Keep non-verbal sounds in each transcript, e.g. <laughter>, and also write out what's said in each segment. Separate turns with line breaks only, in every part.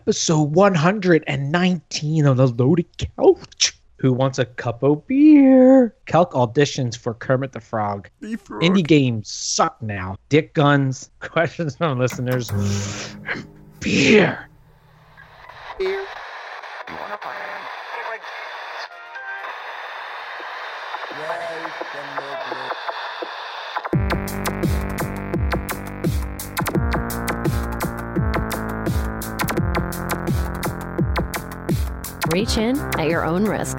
episode 119 of the Loaded Couch. Who wants a cup of beer? Calc auditions for Kermit the Frog. Indie games suck now. Dick guns. <laughs> Questions from listeners. beer.
Beer. You want a fire?
Reach in at your own risk.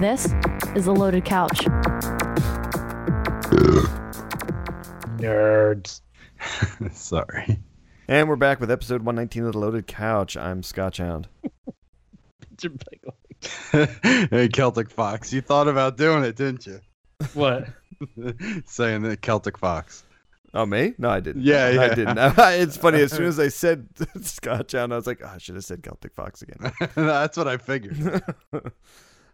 This is a loaded couch.
Nerds.
<laughs> Sorry.
And we're back with episode 119 of The Loaded Couch. I'm Scotch Hound.
hey, Celtic Fox, you thought about doing it, didn't you? <laughs>
What?
Saying that Celtic Fox. <laughs>
Oh, me? No, I didn't.
Yeah,
I
yeah.
didn't. <laughs> it's funny. As soon as I said <laughs> Scotch Hound, I was like, oh, I should have said Celtic Fox
<laughs>
again. <laughs>
That's what I figured. <laughs>
All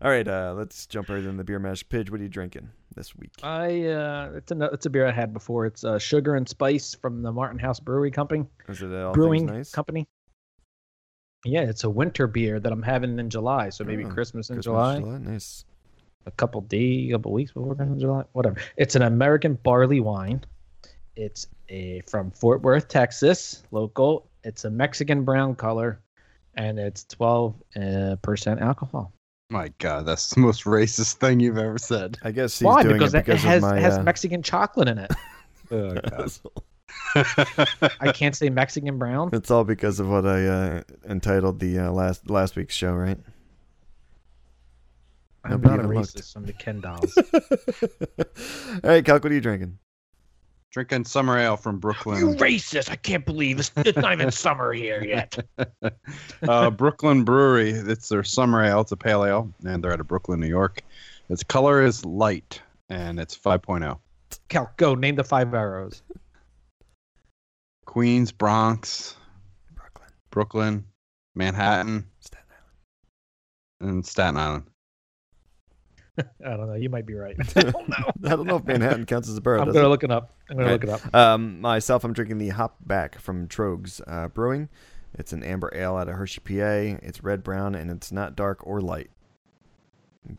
right, uh, let's jump right in the beer mash. Pidge, what are you drinking this week?
I uh, it's a it's a beer I had before. It's uh, sugar and spice from the Martin House Brewery Company.
Is it all
Brewing
things nice?
Company. Yeah, it's a winter beer that I'm having in July, so maybe
Oh,
Christmas in
Christmas,
July,
Nice.
a couple days, a couple weeks before Christmas July, whatever. It's an American barley wine. It's a from Fort Worth, Texas, local. It's a Mexican brown color, and it's 12 uh, percent alcohol.
My God, that's the most racist thing you've ever said.
I guess he's
Why?
doing
Because
it
it,
because
has
of my.
has
uh,
Mexican chocolate in it.
Oh, God.
<laughs>
I can't say Mexican brown.
it's all because of what I uh, entitled the uh, last last week's show, right?
I'm
Nobody
not a
even looked.
racist. I'm the
<laughs>
Ken dolls.
all right, Calc, what are you drinking?
Drinking summer ale from
You
Brooklyn.
racist! I can't believe it's, it's not even summer here yet.
<laughs>
<laughs> uh, Brooklyn Brewery. It's their summer ale. It's a pale ale, and they're out of Brooklyn, New York. Its color is light, and it's oh. 5.0.
Cal, go name the five arrows.
Queens, Bronx,
Brooklyn,
Brooklyn, Manhattan,
Staten Island.
and Staten Island.
I don't know. You might be
<laughs>
right.
I don't know if Manhattan counts as a
<laughs>
borough.
I'm
does
gonna
it?
look it up. I'm gonna
Right.
look it up.
Um, myself, I'm drinking the Hop Back from Trogs uh, Brewing. It's an amber ale out of Hershey, PA. It's red brown and it's not dark or light.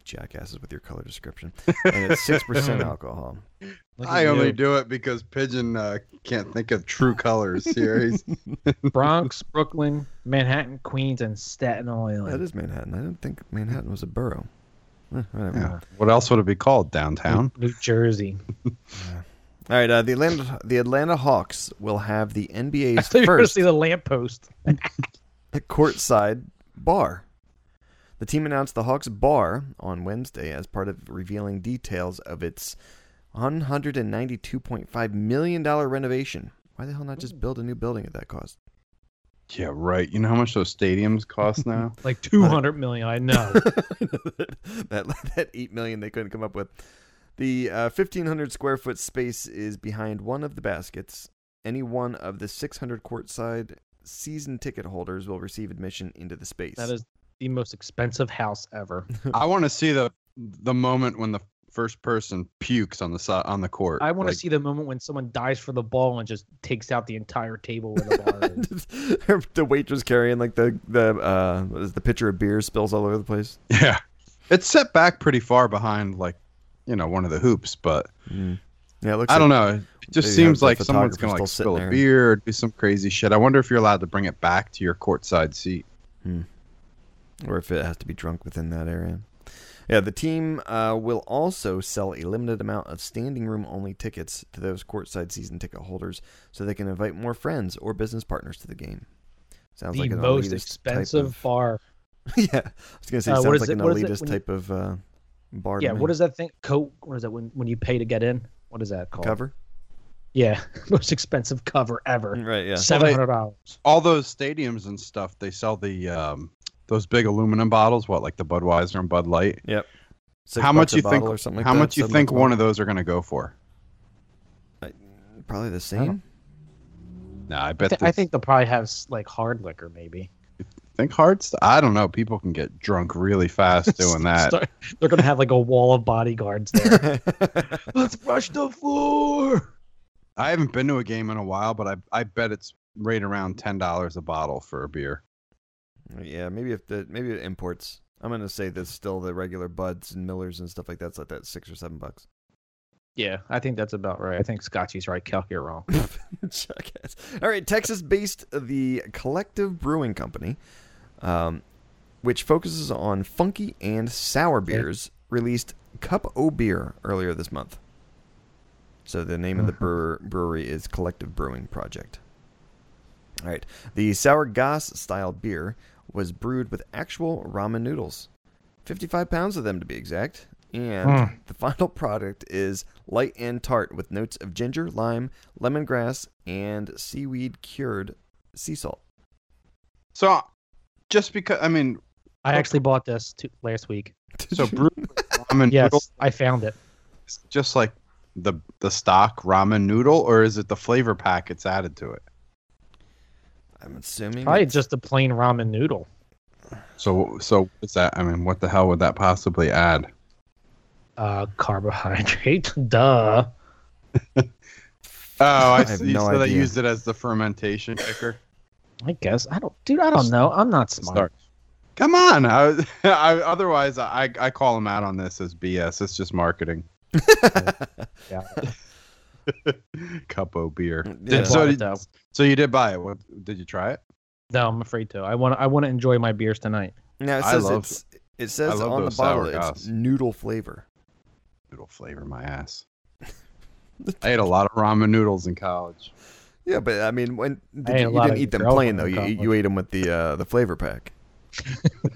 Jackasses with your color description. And it's six percent alcohol.
Look at
I only
you.
do it because Pigeon uh, can't think of true colors here.
<laughs>
He's,
Bronx, Brooklyn, Manhattan, Queens, and Staten Island.
That is Manhattan. I didn't think Manhattan was a borough. Eh, whatever.
yeah. What else would it be called? Downtown?
New Jersey.
All right. Uh, the Atlanta the Atlanta Hawks will have <laughs> the
<laughs> I
NBA's
thought you were gonna
first
see the lamppost.
a courtside bar. The team announced the Hawks bar on Wednesday as part of revealing details of its $192.5 million renovation. Why the hell not just build a new building at that cost?
Yeah, right. You know how much those stadiums
<laughs>
cost now?
Like 200 million. I
<laughs>
know.
that that 8 million they couldn't come up with. The uh, 1500 square foot space is behind one of the baskets. Any one of the 600 courtside season ticket holders will receive admission into the space.
that is the most expensive house ever.
I want to see the the moment when the first person pukes on the si- on the court.
I want to
Like,
see the moment when someone dies for the ball and just takes out the entire table where the
<laughs>
bar is.
<laughs> the waitress carrying like the the uh what is the pitcher of beer spills all over the place.
<laughs> Yeah, it's set back pretty far behind, like you know, one of the hoops. But
Yeah, it looks.
I don't
like,
know. It just
Maybe have
seems
the
like someone's
photographer
gonna
still
like spill
sitting there.
a beer or do some crazy shit. I wonder if you're allowed to bring it back to your courtside seat.
or if it has to be drunk within that area. Yeah, the team uh, will also sell a limited amount of standing room only tickets to those courtside season ticket holders, so they can invite more friends or business partners to the game. Sounds
the
like an elitist
most
type
expensive
of-
bar.
<laughs> yeah, I was gonna say
Uh, what
sounds
is
like
it-
an
what is it
elitist
when you-
type of uh, bar. to
Yeah,
me.
what is that thing? Coat. What is that when when you pay to get in? What is that called?
<laughs>
cover?
Yeah, <laughs> most expensive cover ever.
Right. Yeah.
Seven hundred dollars.
All those stadiums and stuff, they sell the um, those big aluminum bottles. What like the Budweiser and Bud Light?
Yep. Six
how
bucks
much
a
you think?
bottle or something like
how
that,
much you
seven
think
bucks a
one of those are gonna go for?
bottle. Probably the same.
Nah, I
I,
bet.
thi- I think they'll probably have s- like hard liquor, maybe.
Think hard stuff. I don't know. People can get drunk
<laughs>
really
<laughs>
fast doing that.
Start- they're gonna have like a wall of bodyguards there. Let's brush the floor.
I haven't been to a game in a while, but I I bet it's right around ten dollars a bottle for a beer.
<laughs> Yeah, maybe if the maybe it imports. I'm gonna say that still the regular buds and Millers and stuff like that's like that six or seven bucks.
<laughs> Yeah, I think that's about right. I think Scotchy's right. Calc, you're wrong.
<laughs> Jackass. All right, Texas-based the Collective Brewing Company, um, which focuses on funky and sour beers, released Cup O Beer earlier this month. So the name of the brewer, brewery is Collective Brewing Project. All right, the sour gas style beer was brewed with actual ramen noodles, 55 pounds of them to be exact, and the final <laughs> product is light and tart with notes of ginger, lime, lemongrass, and seaweed cured sea salt.
So, just because
<laughs>
I mean,
I actually bought this two, last week.
so brew ramen noodle,
Yes, I found it.
is just like the the stock ramen noodle, or is it the flavor packets added to it?
I'm assuming
Probably
it's-
just a plain ramen noodle.
So, so what's that? I mean, what the hell would that possibly add?
Uh, carbohydrate. <laughs> Duh.
Oh, <laughs> I,
I have
see.
no
so they
idea.
used it as the fermentation <laughs> kicker.
I guess I don't, dude. I don't know. I'm not smart.
Start. Come on. I, <laughs> I, otherwise, I, I call them out on this as BS. It's just <laughs> marketing. <laughs>
Yeah.
Cupo beer.
Yeah.
Did-
I
so,
bought it,
did-
though.
so you did buy it. What, did you try it?
No, I'm afraid to. I want. to I want to enjoy my beers tonight.
now it
I
says
love-
it's, it says
love
on the
those sour
bottle it's
gas.
noodle flavor.
Noodle flavor my <laughs> ass. I ate a lot of ramen noodles in college.
Yeah, but I mean, when did
I ate
you,
a
you
lot
didn't
of
eat them
girl
plain
from
though. You,
college.
you ate them with the uh, the flavor pack.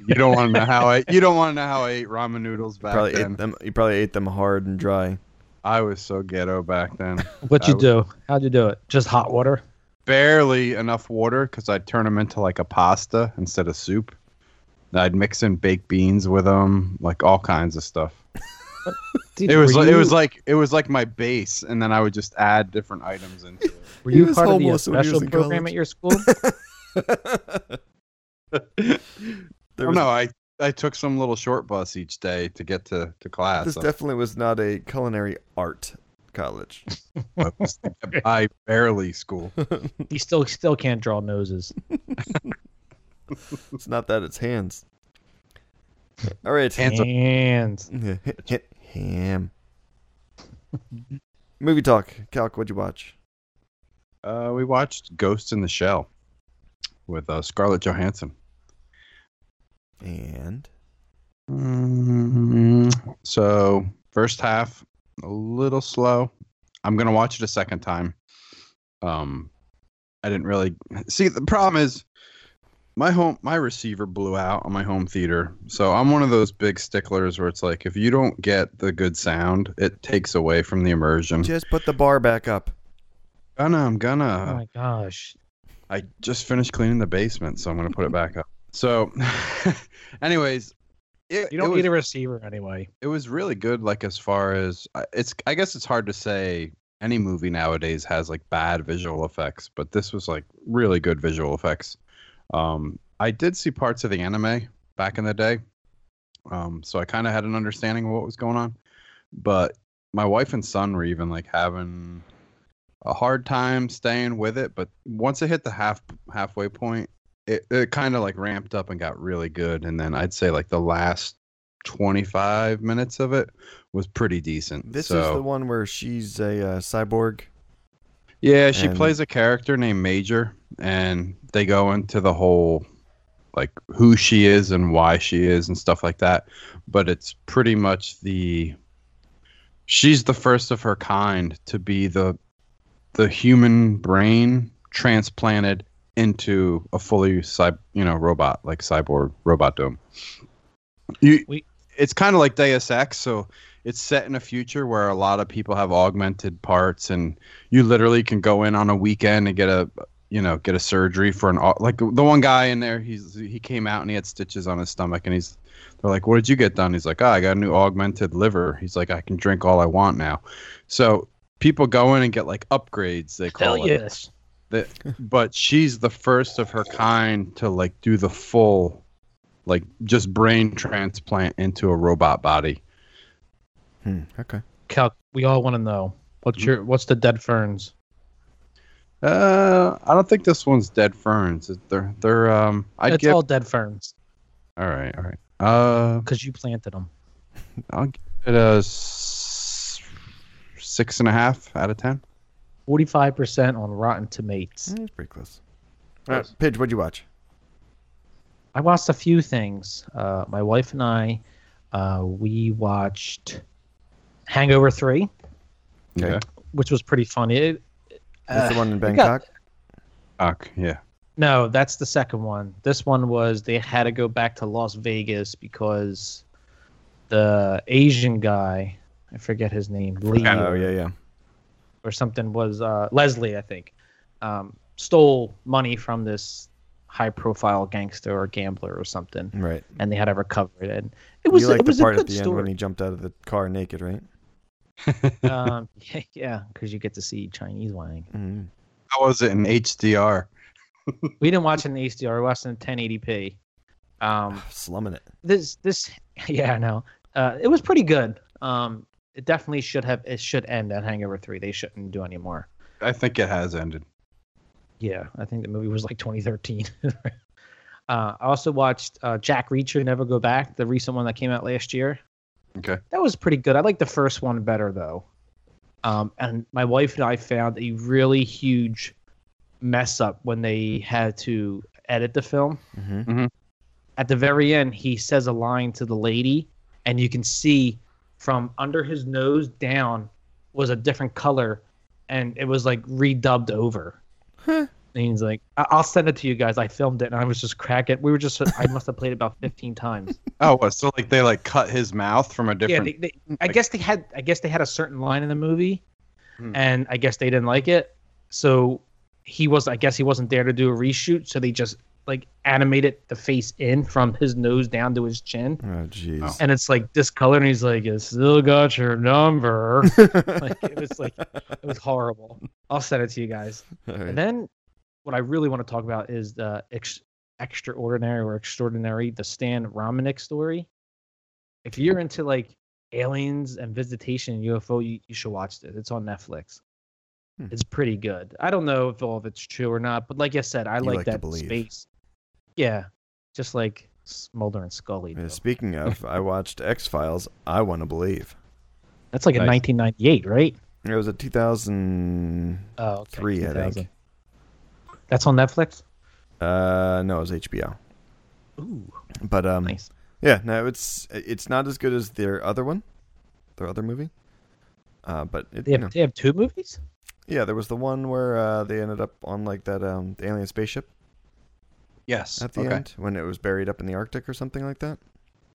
You don't want to know how I. You don't want to know how I ate ramen noodles back
Probably
then.
ate them. You probably ate them hard and dry.
I was so ghetto back then.
What
I
you
would-
do? How'd you do it? Just hot water.
barely enough water because I'd turn them into like a pasta instead of soup. And I'd mix in baked beans with them, like all kinds of stuff.
Dude,
It was
were
like, it
you-
was like it was like my base, and then I would just add different items into
Were
He
you
was
part of the
homeless when he was
special
in
program
college.
at your
<laughs>
school?
it.
<laughs> There
there
was-
Oh, no, I I took some little short bus each day to get to to class.
This
I-
definitely was not a culinary art college.
I, was-
<laughs>
I barely school.
you still still can't draw noses.
It's not that; it's hands. All right,
Hands up.
And
ham. Movie talk, Calc. What'd you watch?
Uh, we watched Ghost in the Shell with uh, Scarlett Johansson.
And
Mm, So first half a little slow. I'm gonna watch it a second time. Um, I didn't really see the problem is my home my receiver blew out on my home theater. So I'm one of those big sticklers where it's like if you don't get the good sound, it takes away from the immersion.
just put the bar back up.
Gonna I'm
oh
gonna
my gosh,
I just finished cleaning the basement, so I'm gonna put it back up. So, <laughs> anyways, it,
you
it
don't
was-
need a receiver anyway.
it was really good like as far as I- it's i guess it's hard to say any movie nowadays has like bad visual effects but this was like really good visual effects um i did see parts of the anime back in the day um so i kind of had an understanding of what was going on but my wife and son were even like having a hard time staying with it but once it hit the half halfway point it, it kind of like ramped up and got really good and then i'd say like the last 25 minutes of it was pretty decent
This
so,
is the one where she's a uh, cyborg.
yeah she
and-
plays a character named major and they go into the whole like who she is and why she is and stuff like that but it's pretty much the she's the first of her kind to be the the human brain transplanted into a fully cy- you know robot like cyborg robot dome you,
We-
it's kind of like deus ex so it's set in a future where a lot of people have augmented parts and you literally can go in on a weekend and get a you know get a surgery for an au- like the one guy in there he's he came out and he had stitches on his stomach and he's they're like what did you get done he's like oh, i got a new augmented liver he's like i can drink all i want now so people go in and get like upgrades they call
Hell
it
yes.
that but she's the first of her kind to like do the full like just brain transplant into a robot body
Hmm, okay.
Mm-hmm.
Calc, we all want to know what's your what's the dead ferns?
Uh, I don't think this one's dead ferns. They're they're um. I'd
it's
give.
all
All...
dead ferns
all right, all right. Uh,
because you planted them.
I'll give it a s- six and a half out of ten.
Forty-five percent on Rotten Tomatoes.
That's pretty close. All right, Pidge, what'd you watch?
I watched a few things. Uh, my wife and I, uh, we watched Hangover Three,
Okay.
which was pretty funny. It,
That's the
uh,
one in
we got-
Bangkok.
Fuck, yeah.
No, that's the second one. This one was they had to go back to Las Vegas because the Asian guy, I forget his name, Lee
oh yeah, yeah.
or something, was uh, Leslie, I think, um, stole money from this high-profile gangster or gambler or something,
Right.
and they had to recover it. And it was
you like
it was
the part
a good
at the end
story.
when he jumped out of the car naked, right?
<laughs> um, yeah, yeah, because you get to see Chinese wine.
Mm.
How was it in HDR?
We didn't watch it in HDR. We watched it in 1080p. Um,
Slumming it.
this this <laughs> yeah no uh it was pretty good um it definitely should have it should end at hangover 3 they shouldn't do any more
I think it has ended.
yeah i think the movie was like <laughs> 2013 uh i also watched uh jack reacher never go back the recent one that came out last year
Okay.
that was pretty good i like the first one better though um and my wife and i found a really huge mess up when they had to edit the film
hmm
at the very end he says a line to the lady and you can see from under his nose down was a different color and it was like redubbed over and he's like I- i'll send it to you guys i filmed it and i was just cracking we were just <laughs> i must have played it about 15 times
Oh, what, so like they like cut his mouth from a
yeah
<laughs> different.
they, they, i guess they had i guess they had a certain line in the movie
Hmm.
and i guess they didn't like it so he was i guess he wasn't there to do a reshoot so they just like animated the face in from his nose down to his chin
Oh jeez.
Oh.
and it's like discolored and he's like "I still got your number
<laughs>
like it was like it was horrible i'll send it to you guys
All right.
and then what i really want to talk about is the ex- extraordinary or extraordinary the stan Romanek story if you're into like aliens and visitation and ufo you, you should watch this it's on netflix
Hmm.
it's pretty good i don't know if all of it's true or not but like i said i
You
like,
like to
that
believe.
space yeah just like smolder and scully
Yeah,
do.
Speaking
<laughs>
of, I watched X Files. I want to believe
That's like in
Nice.
1998, right?
it was a 2003,
Oh,
I think.
That's on Netflix.
Uh, no, it was HBO.
Ooh,
But um,
nice.
yeah, no, it's it's not as good as their other one, their other movie. Uh, but it,
They
you
have,
know,
they have two movies.
yeah, there was the one where uh, they ended up on like that um the alien spaceship
yes.
at the end when it was buried up in the Arctic or something like that.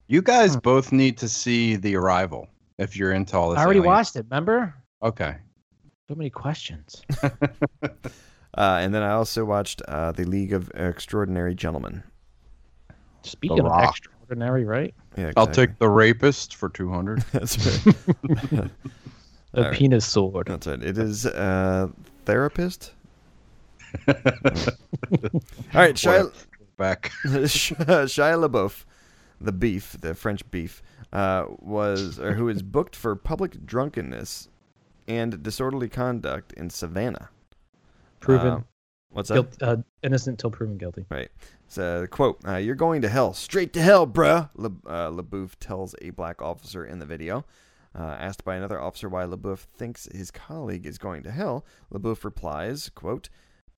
You guys
Huh.
both need to see The Arrival if you're into all this.
I already
alien-
watched it. Remember?
Okay.
So many questions.
Uh, and then I also watched uh, the League of Extraordinary Gentlemen.
Speaking of
Rock.
extraordinary, right?
Yeah,
I'll
exactly.
take The Rapist for 200.
<laughs>
<laughs>
That's right.
The
All right.
penis sword.
That's right. It is uh, therapist. All right, Shia,
Back.
<laughs> Shia LaBeouf, the beef, the French beef, uh, was or who is booked for public drunkenness and disorderly conduct in Savannah.
Proven
Uh, what's that?
guilt, uh, innocent till proven guilty.
Right. So, quote, uh, you're going to hell, straight to hell, bruh, Le, uh, LaBeouf tells a black officer in the video. Uh, asked by another officer why LaBeouf thinks his colleague is going to hell, LaBeouf replies, quote,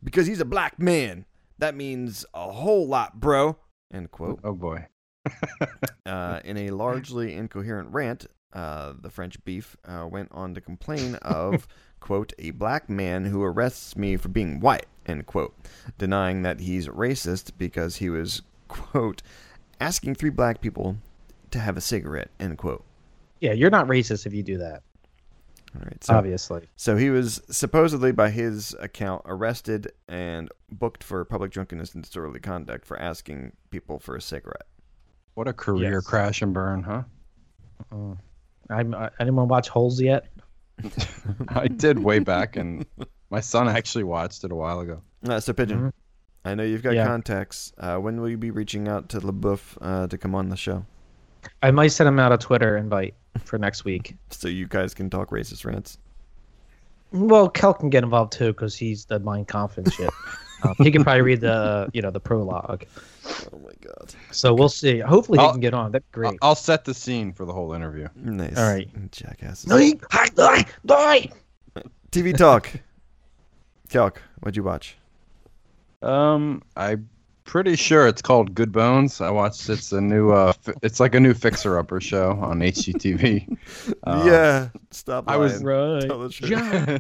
because he's a black man. That means a whole lot, bro, end quote.
Oh boy.
Uh, in a largely incoherent rant, uh, the French beef uh, went on to complain of, quote, a black man who arrests me for being white, end quote, denying that he's racist because he was, quote, asking three black people to have a cigarette, end quote.
Yeah, you're not racist if you do that.
All right, so
obviously.
So he was supposedly, by his account, arrested and booked for public drunkenness and disorderly conduct for asking people for a cigarette.
What a career
Yes.
crash and burn, huh?
I'm. I, anyone watch Holes yet?
<laughs> I did way back, and my son actually watched it a while ago.
Uh, so, Pigeon, I know you've got
Mm-hmm. Yeah.
contacts. Uh, when will you be reaching out to LaBeouf uh, to come on the show
I might send him out a Twitter invite for next week.
so you guys can talk racist rants?
Well, Kel can get involved too because he's the mind confident
<laughs>
shit. um, he can probably read the you know the prologue.
Oh my god.
So we'll see. Hopefully he
I'll-
can get on. That'd be great.
I'll, I'll set the scene for the whole interview.
Nice.
All right.
Jackasses.
No, he- hi, hi, hi.
TV talk. Calc, what'd you watch?
Um, I'm pretty sure it's called Good Bones. I watched it's a new uh, fi- it's like a new fixer upper show on <laughs> HGTV. Uh,
yeah. Stop.
I was-
lying. Tell the
Right.
truth.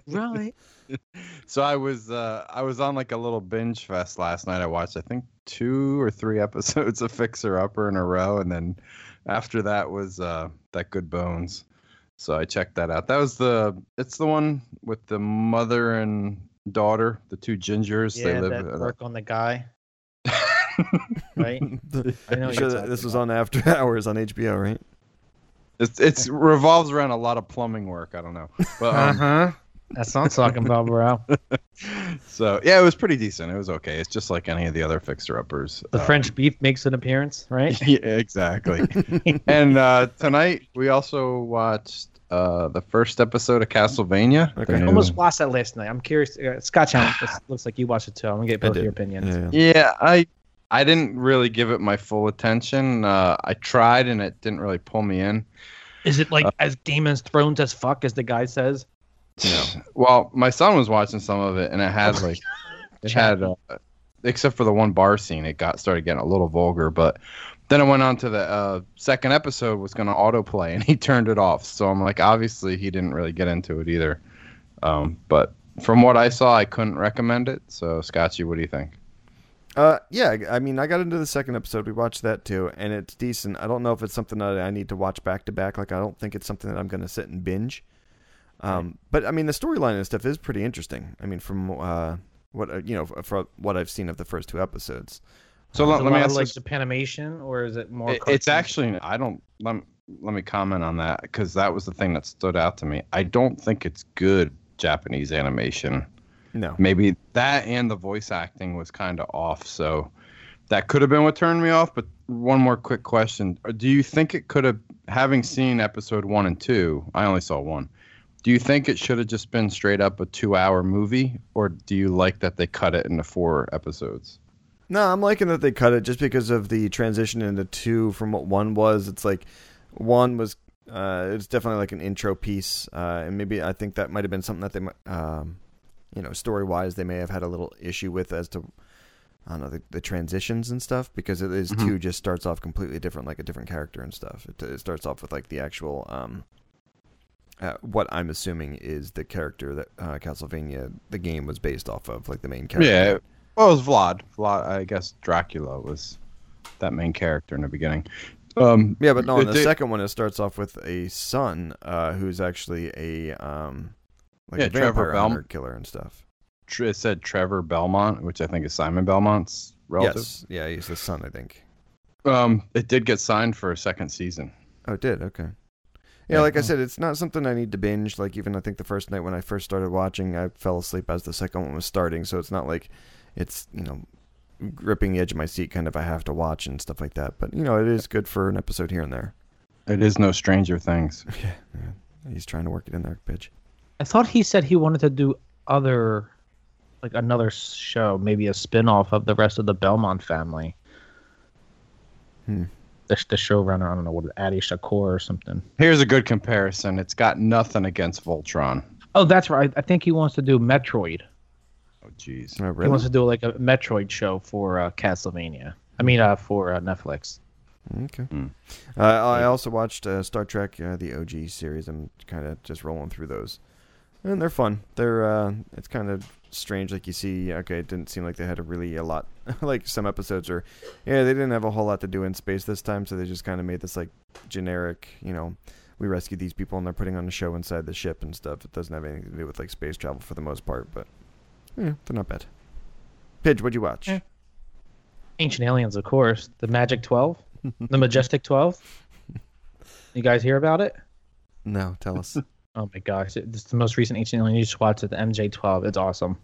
<laughs>
Yeah, right.
So I was uh, I was on like a little binge fest last night. I watched I think two or three <laughs> episodes of Fixer Upper in a row, and then after that was uh, that Good Bones. So I checked that out. That was the it's the one with the mother and daughter, the two gingers.
Yeah,
they live. uh,
that
in a-
work on the
<laughs>
guy. Right. I know
I'm
what you're
sure that this
talking
was
about.
on After <laughs> Hours on HBO, right?
It's it's revolves around a lot of plumbing work. I don't know, but
Uh
um,
huh. That's what I'm talking about, bro.
so yeah, it was pretty decent. It was okay. It's just like any of the other fixer uppers. uh,
The
<laughs>
French beef makes an appearance, right? <laughs>
yeah, exactly. and uh, tonight we also watched uh, the first episode of Castlevania. the
Okay.
I
new-
almost watched that last night. I'm curious. Uh, Scotch, Allen, this
<sighs>
looks like you watched it too. I'm gonna get
I
both
did.
your opinions.
yeah, I I didn't really give it my full attention. Uh, I tried and it didn't really pull me in.
Is it
Uh,
like as Game of Thrones as fuck as the guy says?
Well, my son was watching some of it and it
Oh
had like it had uh, except for the one bar scene it got started getting a little vulgar but then it went on to the uh, second episode was going to autoplay and he <laughs> turned it off so i'm like obviously he didn't really get into it either um, but from what i saw i couldn't recommend it so scotchy what do you think
Uh, yeah. I- I mean, I got into the second episode. We watched that too, and it's decent. I don't know if it's something that I need to watch back to back. Like, I don't think it's something that I'm going to sit and binge. Um, but I mean, the storyline and stuff is pretty interesting. I mean, from uh, what uh, you know, f- from what I've seen of the first two episodes.
so
Is
let,
it
let
a
me
lot of,
ask
like
this-
Japanimation, or is it more?
it- it's
cartoon?
actually i don't let me, let me comment on that because that was the thing that stood out to me i don't think it's good japanese animation
No.
maybe that and the voice acting was kind of off. So that could have been what turned me off. But one more quick question: Uh, Do you think it could have, having seen episode one and two, I only saw one. Do you think it should have just been straight up a two-hour movie, or do you like that they cut it into four episodes?
No, I'm liking that they cut it just because of the transition into two from what one was. It's like one was uh, it's definitely like an intro piece, uh, and maybe I think that might have been something that they, mi- um, you know, story wise, they may have had a little issue with as to I don't know the, the transitions and stuff because it is two just starts off completely different, like a different character and stuff. It, it starts off with like the actual um, uh, what I'm assuming is the character that uh, Castlevania the game was based off of, like the main character.
Yeah. Well, it was Vlad. Vlad, I guess Dracula was that main character in the beginning. Um,
Yeah, but no, on the
they-
second one, it starts off with a son uh, who's actually a um, like
Yeah,
a
Trevor
vampire
Belm-
hunter killer and stuff.
Tre- it said Trevor Belmont, which I think is Simon Belmont's relative.
Yes, yeah, he's the son, I think.
Um, it did get signed for a second season.
Oh, it did okay. Yeah,
Yeah.
like I said, it's not something I need to binge. Like even I think the first night when I first started watching, I fell asleep as the second one was starting. So it's not like it's you know gripping the edge of my seat, kind of. I have to watch and stuff like that. But you know, it is good for an episode here and there.
It is no Stranger Things.
He's trying to work it in there, bitch.
I thought he said he wanted to do other, like another show, maybe a spin-off of the rest of the Belmont family.
Hmm.
The, the showrunner, I don't know what, Adi Shakur or something.
Here's a good comparison. It's got nothing against Voltron.
Oh, that's right. I think he wants to do Metroid.
Oh, jeez.
Oh,
He
really?
wants to do like a Metroid show for uh, Castlevania. I mean, uh, for uh, Netflix.
Okay.
Mm.
Uh, I also watched uh, Star Trek, uh, the OG series. I'm kind of just rolling through those, and they're fun. They're uh, it's kind of strange. Like you see, okay, it didn't seem like they had a really a lot. <laughs> like some episodes are, yeah, they didn't have a whole lot to do in space this time, so they just kind of made this like generic, you know. We rescued these people, and they're putting on a show inside the ship and stuff. It doesn't have anything to do with like space travel for the most part, but yeah, they're not bad. Pidge, what'd you watch?
Yeah. Ancient Aliens, of course. The Magic 12.
<laughs>
the Majestic 12. You guys hear about it?
No, tell us.
Oh my gosh. it- It's the most recent Ancient Alien you just watched it, the MJ 12. It's awesome.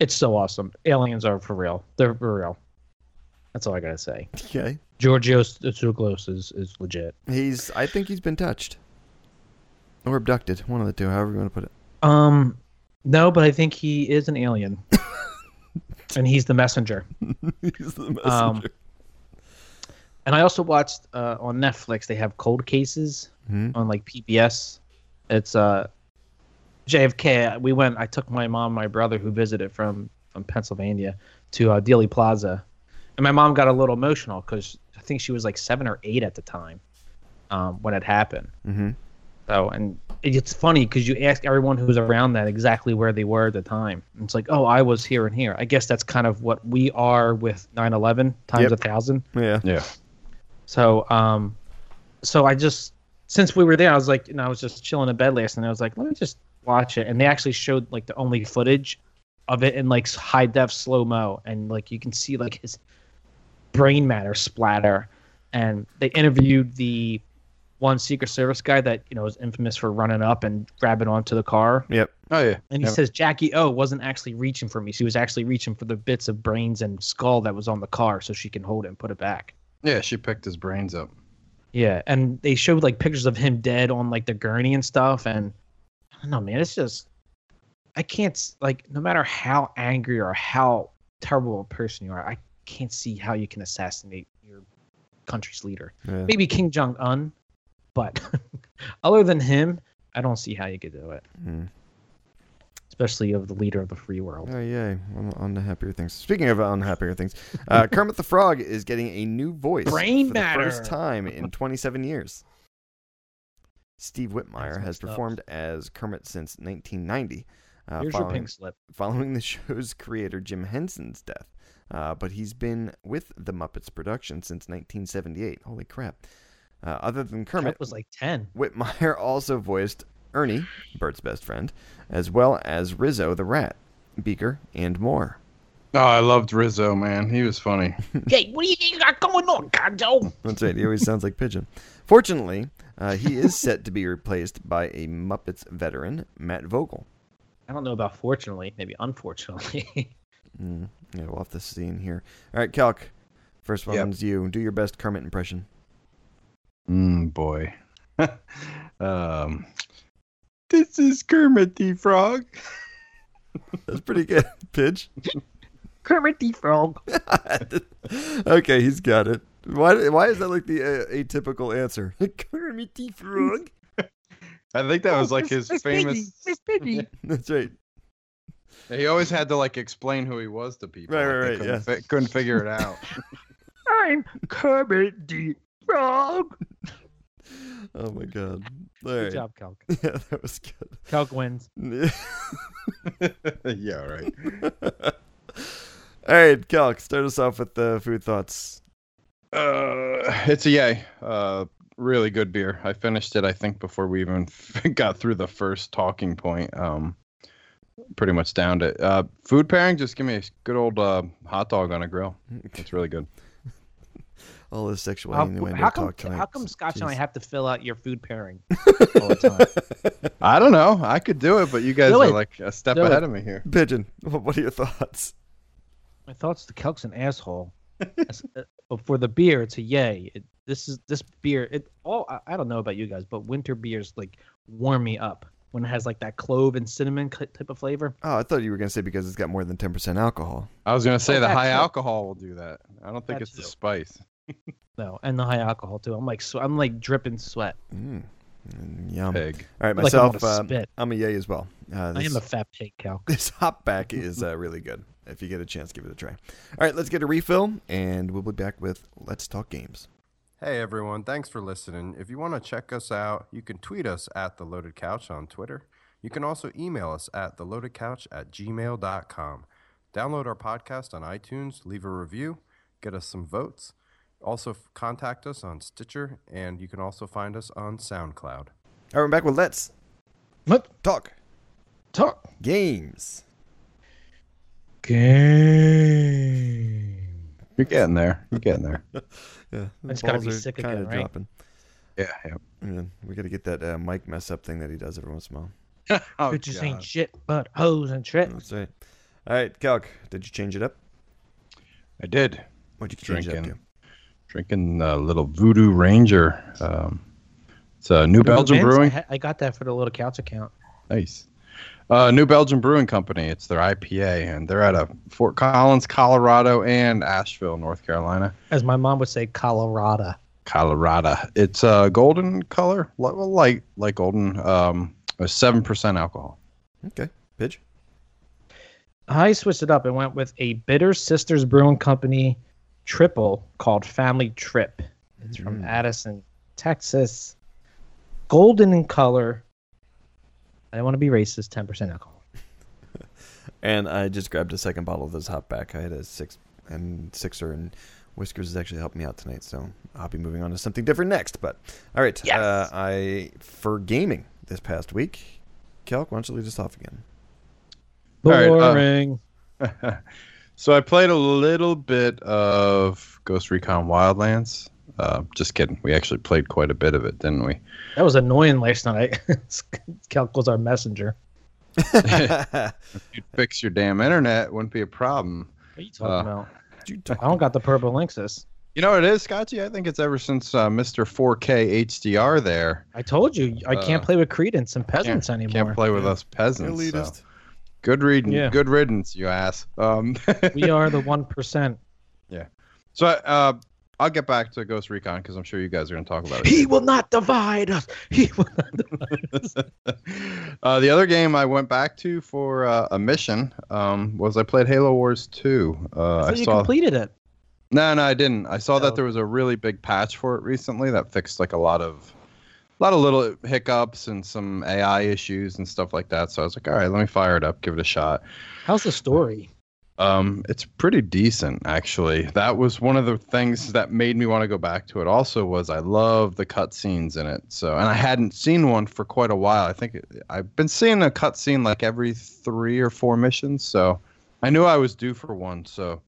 It's so awesome. Aliens are for real. They're for real. That's all I got to say.
okay,
Giorgio Tsoukalos is, is legit.
He's. I think he's been touched, or abducted. One of the two. However you want to put it.
Um, No, but I think he is an alien, and he's the messenger.
<laughs> He's the messenger.
Um, And I also watched uh, on Netflix. They have cold cases
Mhm.
on like PBS. It's uh, JFK. We went. I took my mom, and my brother, who visited from from Pennsylvania, to uh, Dealey Plaza, and my mom got a little emotional because I think she was like seven or eight at the time um, when it happened.
Mhm.
So, and it- it's funny because you ask everyone who was around that exactly where they were at the time. And it's like, oh, I was here and here. I guess that's kind of what we are with 9/11 times
Yep.
a thousand.
Yeah.
Yeah.
So, um, so I just since we were there, I was like, and I was just chilling in bed last night. I was like, let me just watch it, and they actually showed like the only footage of it in like s- high def slow mo, and like you can see like his brain matter splatter. And they interviewed the one Secret Service guy that you know is infamous for running up and grabbing onto the car,
Yep.
Oh yeah.
and he
Never-
says Jackie O wasn't actually reaching for me; she was actually reaching for the bits of brains and skull that was on the car, so she can hold it and put it back.
yeah, she picked his brains up.
Yeah, and they showed like pictures of him dead on like the gurney and stuff, and I don't know, man, it's just I can't s- like no matter how angry or how terrible a person you are, I can't see how you can assassinate your country's leader.
Yeah.
Maybe King Jong Un, but <laughs> other than him, I don't see how you could do it,
Mm.
especially of the leader of the free world.
Oh yay! On, on to happier things. Speaking of on happier things,
<laughs>
uh, Kermit the Frog is getting a new voice
Brain
for
matter.
the first time in 27 years. Steve Whitmire
That's
has
messed up.
performed as Kermit since 1990. Uh,
Here's your
following,
pink slip.
following the <laughs> show's creator Jim Henson's death, uh, but he's been with the Muppets production since 1978. Holy crap! Uh, other than Kermit,
Kermit was like ten.
<laughs> Whitmire also voiced Ernie, Bert's best friend, as well as Rizzo the Rat, Beaker, and more.
Oh, I loved Rizzo, man. He
<laughs>
was funny.
Hey, what do you think you got going on, Conjo?
That's right. He always sounds like Pigeon. Fortunately, uh, he is set to be replaced by a Muppets veteran, Matt Vogel.
I don't know about fortunately, maybe unfortunately. <laughs>
Mm, yeah, we'll have to see in here. All right, Calc. First
Yep.
one's you. Do your best Kermit impression.
Mm, boy. <laughs> um, this is Kermit the Frog.
That's pretty good, <laughs> Pidge.
Kermit the Frog.
<laughs> okay, he's got it. Why? Why is that like the uh, atypical answer? <laughs> Kermit the Frog. <laughs>
I think
Oh,
that was like his famous.
That's right.
<laughs> He always had to like explain who he was to people.
Right,
like,
right,
they
right,
Couldn't,
yeah.
fi- couldn't figure
<laughs>
it out.
I'm Kermit the Frog.
Oh my god. All
Good
right.
job, Calc.
<laughs> Yeah, that was good. <laughs>
Calc wins.
yeah, right.
All right, Calc, start us off with the food thoughts.
Uh, it's a yay. Uh, really good beer. I finished it, I think, before we even <laughs> got through the first talking point. Um, pretty much downed it. Uh, food pairing, just give me a good old uh, hot dog on a grill. It's really good.
All this sexual
How,
innuendo
how come,
talk tonight.
how come Scotch and I
Jeez.
have to fill out your food pairing
<laughs>
all the time?
I don't know. I could do it, but you guys
Do
are
it.
like a step
Do
ahead
it.
of me here.
Pigeon, <laughs> wh- what are your thoughts?
My thoughts: the Calc's an asshole. That's- uh, But for the beer, it's a yay. It, this is this beer. It all I, I don't know about you guys, but winter beers like warm me up when it has like that clove and cinnamon cl- type of flavor.
Oh, I thought you were going to say because it's got more than 10% alcohol.
I was gonna say
Oh,
the
that
high
too.
alcohol will do that. I don't think
That
it's the
too.
spice.
No, and the high alcohol too. I'm like so I'm like dripping sweat.
Mm. Mm,
Um,
Yum.
Pig.
All right,
Like I'm on
myself,
a
um,
spit.
I'm a yay as well. Uh,
I
this,
am a fat pig, Calc.
<laughs> this hop back is uh, really good. If you get a chance, give it a try. All right, let's get a refill, and we'll be back with Let's Talk Games.
Hey everyone, thanks for listening. If you want to check us out, you can tweet us at The Loaded Couch on Twitter. You can also email us at TheLoadedCouch at gmail.com. Download our podcast on iTunes, leave a review, get us some votes. Also, f- contact us on Stitcher, and you can also find us on SoundCloud.
All right, we're back with Let's
What
Talk
talk?
Games. Mm.
Game.
You're getting there. You're
<laughs>
getting there.
Yeah, the
It's gotta
balls
be
are
sick
kinda
again, right?
dropping.
yeah. yeah.
Yeah, we got to get that uh, mic mess up thing that he does every once in a while.
Oh,
Bitches
God.
ain't shit but hoes and trips.
Mm.
That's right. All right, Calc, did you change it up?
I did.
What'd you change it up
Drinking.
to?
Drinking a little Voodoo Ranger. Um, it's uh, New
Remember
Belgium
Vince? I
Brewing.
ha- I got that for the little couch account.
Nice. Uh, New Belgium Brewing Company. It's their IPA, and they're out of Fort Collins, Colorado, and Asheville, North Carolina.
As my mom would say, Colorado.
Colorado. It's a uh, golden color, li- well, light, light golden. Um, seven percent alcohol.
Okay, Pidge.
I switched it up and went with a Bitter Sisters Brewing Company triple called Family Trip. It's from
Mm.
Addison, Texas. Golden in color. I don't want to be racist. Ten percent alcohol.
And I just grabbed a second bottle of this hop back. I had a six and sixer, and Whiskers has actually helped me out tonight. So I'll be moving on to something different next. But all right,
Yes.
uh, I for gaming this past week. Calc, why don't you lead us off
<laughs>
again?
All right,
Boring.
uh, so I played a little bit of Ghost Recon Wildlands. Uh, just kidding. We actually played quite a bit of it, didn't we?
that was annoying last night. <laughs> Calc was our messenger.
Did
You'd fix your damn internet, wouldn't be a problem.
What are you talking
Uh,
about?
you talk
I don't got the purple Linksys.
You know what it is, Scotchy? I think it's ever since uh, Mr. 4K HDR there
I told you I can't
Uh,
play with Credence and peasants anymore.
can't play with us peasants. so.
elitist?
Good reading,
Yeah.
good riddance, you ass. Um, <laughs>
we are the one percent.
so uh, I'll get back to Ghost Recon because I'm sure you guys are going to talk about it.
He will not divide us. He <laughs> will not
<laughs> uh, the other game I went back to for uh, a mission um, was I played Halo Wars 2. Uh,
so
I
you
saw.
completed it.
no, no, I didn't. I saw
Oh.
that there was a really big patch for it recently that fixed like a lot of, a lot of little hiccups and some AI issues and stuff like that. So I was like, all right, let me fire it up, give it a shot.
How's the story?
Um, it's pretty decent actually. That was one of the things that made me want to go back to it. Also, was I love the cutscenes in it. So, and I hadn't seen one for quite a while. I think it, I've been seeing a cutscene like every three or four missions. So, I knew I was due for one. So,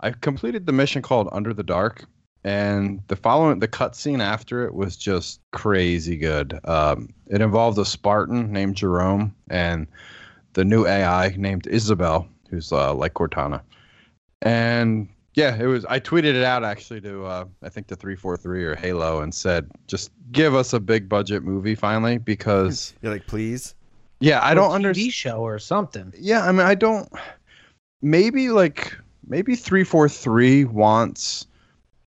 I completed the mission called Under the Dark, and the following the cutscene after it was just crazy good. Um, it involved a Spartan named Jerome and the new AI named Isabel, who's uh, like Cortana. And yeah, it was. I tweeted it out actually to uh, I think to three four three or Halo and said, just give us a big budget movie finally because
You're like, please.
yeah, I don't
Or a TV
understand.
show or something.
Yeah, I mean, I don't. Maybe like maybe three four three wants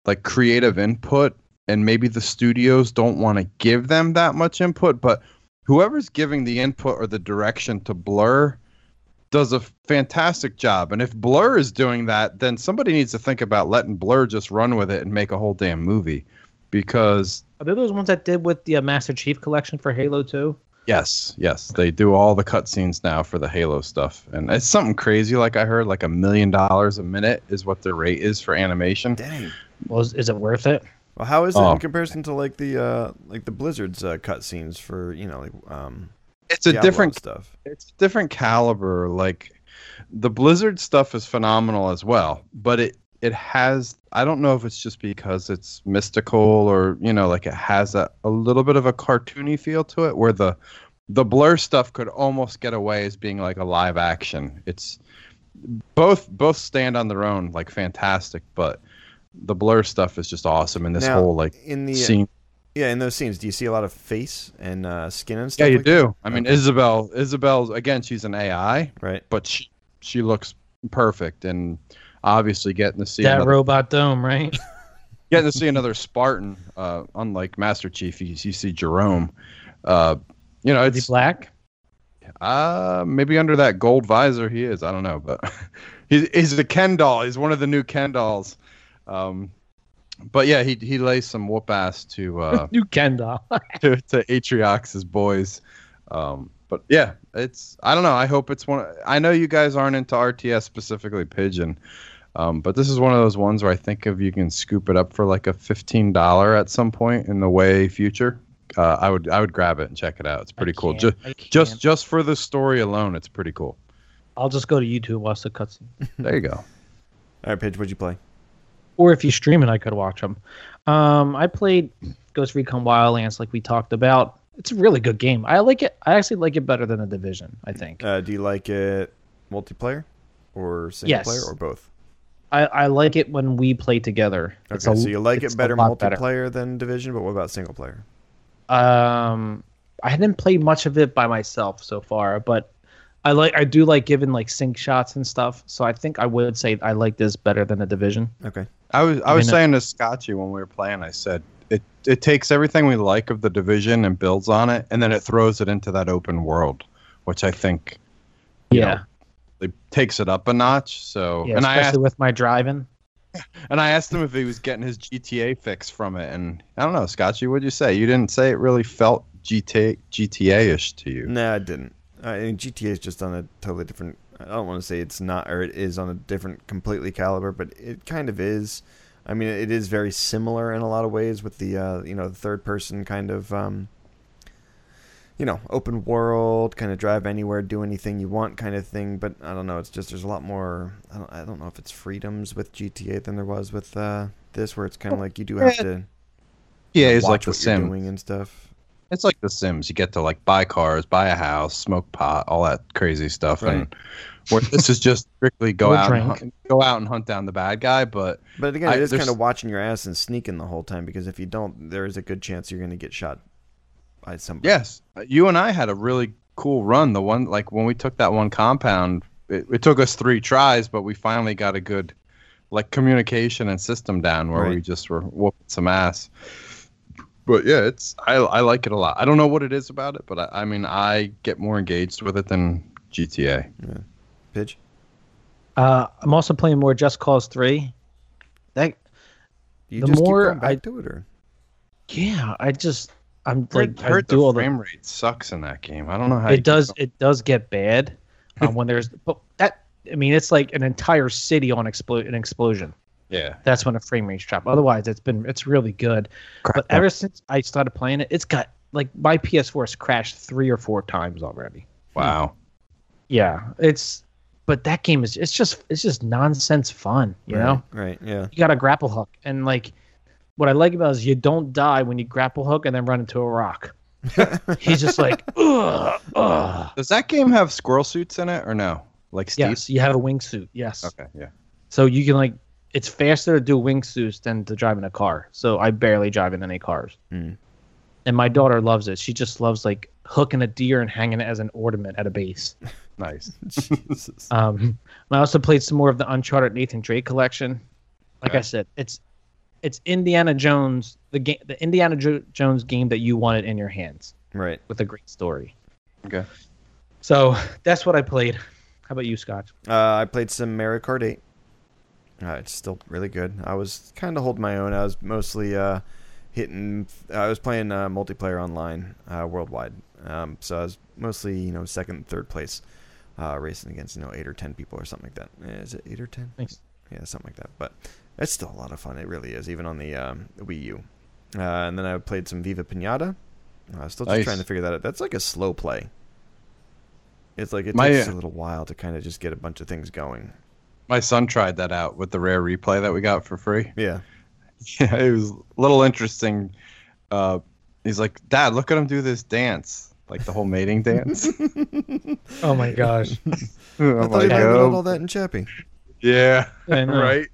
like creative input, and maybe the studios don't want to give them that much input, but whoever's giving the input or the direction to Blur does a fantastic job. And if Blur is doing that, then somebody needs to think about letting Blur just run with it and make a whole damn movie. Because
Are they those ones that did with the uh, Master Chief collection for Halo 2?
yes, yes, they do all the cutscenes now for the Halo stuff. And it's something crazy like I heard like a million dollars a minute is what the rate is for animation.
Dang.
Was is it worth it?
Well, how is it
Oh.
in comparison to like the uh like the Blizzard's uh, cutscenes for you know like um
It's a
Diablo
different
stuff.
it's different caliber like the blizzard stuff is phenomenal as well but it it has i don't know if it's just because it's mystical or you know like it has a, a little bit of a cartoony feel to it where the the blur stuff could almost get away as being like a live action it's both both stand on their own like fantastic but the blur stuff is just awesome and this
Now,
whole like
in the
scene
yeah in those scenes, do you see a lot of face and uh, skin and stuff?
yeah you
like
do i mean
Okay.
isabel isabel's again she's an ai
that? right.
but she, she looks perfect and obviously getting to see
that
another,
robot dome, right?
getting to see another Spartan. Uh, unlike Master Chief, you, you see Jerome. Uh, you know,
Is he
it's
black?
uh, maybe under that gold visor he is. I don't know, but <laughs> he's he's a Ken doll. He's one of the new Ken dolls. Um, but yeah, he he lays some whoop ass to uh,
New Kendall.
<laughs> to, to Atriox's boys. Um, but yeah, it's I don't know. I hope it's one. I know you guys aren't into RTS specifically Pigeon, um, but this is one of those ones where I think if you can scoop it up for like a fifteen dollar at some point in the way future, uh, I would I would grab it and check it out. It's pretty cool. Just just just for the story alone, it's pretty cool.
I'll just go to YouTube watch the cutscene.
There you go.
All right, Paige, what'd you play?
or if you stream it, I could watch them. Um, I played Ghost Recon Wildlands, like we talked about. It's a really good game. I like it. I actually like it better than the Division. I think.
Uh, do you like it multiplayer or single
Yes.
player or both?
I, I like it when we play together. It's
Okay,
a-
so you like
it's
it
a
better
lot better.
multiplayer than division, but what about single player?
Um, I didn't play much of it by myself so far, but I like I do like giving like sink shots and stuff. So I think I would say I like this better than the division.
Okay.
I was I
I
was
mean, uh,
saying to Scotchy when we were playing. I said it it takes everything we like of the division and builds on it, and then it throws it into that open world, which I think you know, it takes it up a notch. So
yeah
and I
especially
asked
with my driving.
and I asked him if he was getting his GTA fix from it, and I don't know, Scotchy, what'd you say? You didn't say it really felt GTA GTA ish to you.
No, I didn't. I mean, GTA is just on a totally different. I don't want to say it's not, or it is on a different, completely caliber, but it kind of is. I mean, it is very similar in a lot of ways with the uh, you know the third person kind of um, you know open world kind of drive anywhere, do anything you want kind of thing. But I don't know. It's just there's a lot more. I don't, I don't know if it's freedoms with GTA than there was with uh, this, where it's kind of like you do have to
Yeah, it's
watch
like the
what you're
Sims.
doing and stuff.
It's like the Sims. You get to like buy cars, buy a house, smoke pot, all that crazy stuff. And where this is just strictly go
Or
out, and
drink.
hunt, go out and hunt down the bad guy. But
But again,
I-
it is
there's-
kind of watching your ass and sneaking the whole time because if you don't, there is a good chance you're going to get shot by somebody.
yes, you and I had a really cool run. The one like when we took that one compound, it, it took us three tries, but we finally got a good like communication and system down where we
Right.
just were whooping some ass. But yeah, it's I I like it a lot. I don't know what it is about it, but I, I mean I get more engaged with it than GTA.
Pidge?
Uh, I'm also playing more Just Cause Three. That
You
The
just
more
keep going back
I-
to it, or
yeah, I just I'm
Heard-
like
heard
I do all
the
the
frame rate sucks in that game. I don't know how you
it
keep
does
going.
it does get bad um, when there's but that I mean it's like an entire city on explo- an explosion.
Yeah,
That's when a frame rate drop. Otherwise, it's been it's really good. But ever since I started playing it, it's got like my PS4 has crashed three or four times already.
wow.
Yeah, it's but that game is it's just it's just nonsense fun. You
right,
know,
right?
<laughs>
Yeah,
you got a grapple hook, and like what I like about it is you don't die when you grapple hook and then run into a
<laughs>
rock. He's just like, ugh, ugh.
Does that game have squirrel suits in it or no? Like Steve?
yes, you have a wingsuit. Yes.
Okay, yeah.
So you can like it's faster to do wingsuits than to drive in a car. So I barely drive in any cars.
Hmm.
Mm.
And my daughter loves it. She just loves like hooking a deer and hanging it as an ornament at a base.
Nice.
Jesus.
Um, <laughs> and I also played some more of the Uncharted Nathan Drake collection. Like I
Okay.
said, it's it's Indiana Jones the game the Indiana jo- Jones game that you wanted in your hands
right.
with a great story.
Okay.
So that's what I played. How about you, Scott?
Uh, I played some Mario Kart 8. Uh, it's still really good. I was kind of holding my own. I was mostly uh, hitting. I was playing uh, multiplayer online uh, worldwide, um, so I was mostly you know second, third place, uh, racing against you know eight or ten people or something like that. Eh, Is it eight or ten?
Thanks.
Yeah, something like that. But it's still a lot of fun. It really is, even on the um, Wii U. Uh, and then I played some Viva Pinata. I was still just
Nice.
trying to figure that out. That's like a slow play. It's like it
My- uh,
takes a little while to kind of just get a bunch of things going.
My son tried that out with the rare replay that we got for free. <laughs>
Yeah.
Yeah, it was a little interesting. Uh, he's like, Dad, look at him do this dance, like the whole
<laughs>
mating dance. <laughs>
Oh my gosh.
I'm
I thought
like,
he learned
"Oh,
all that in Chappie.
yeah,
<laughs> I know.
right.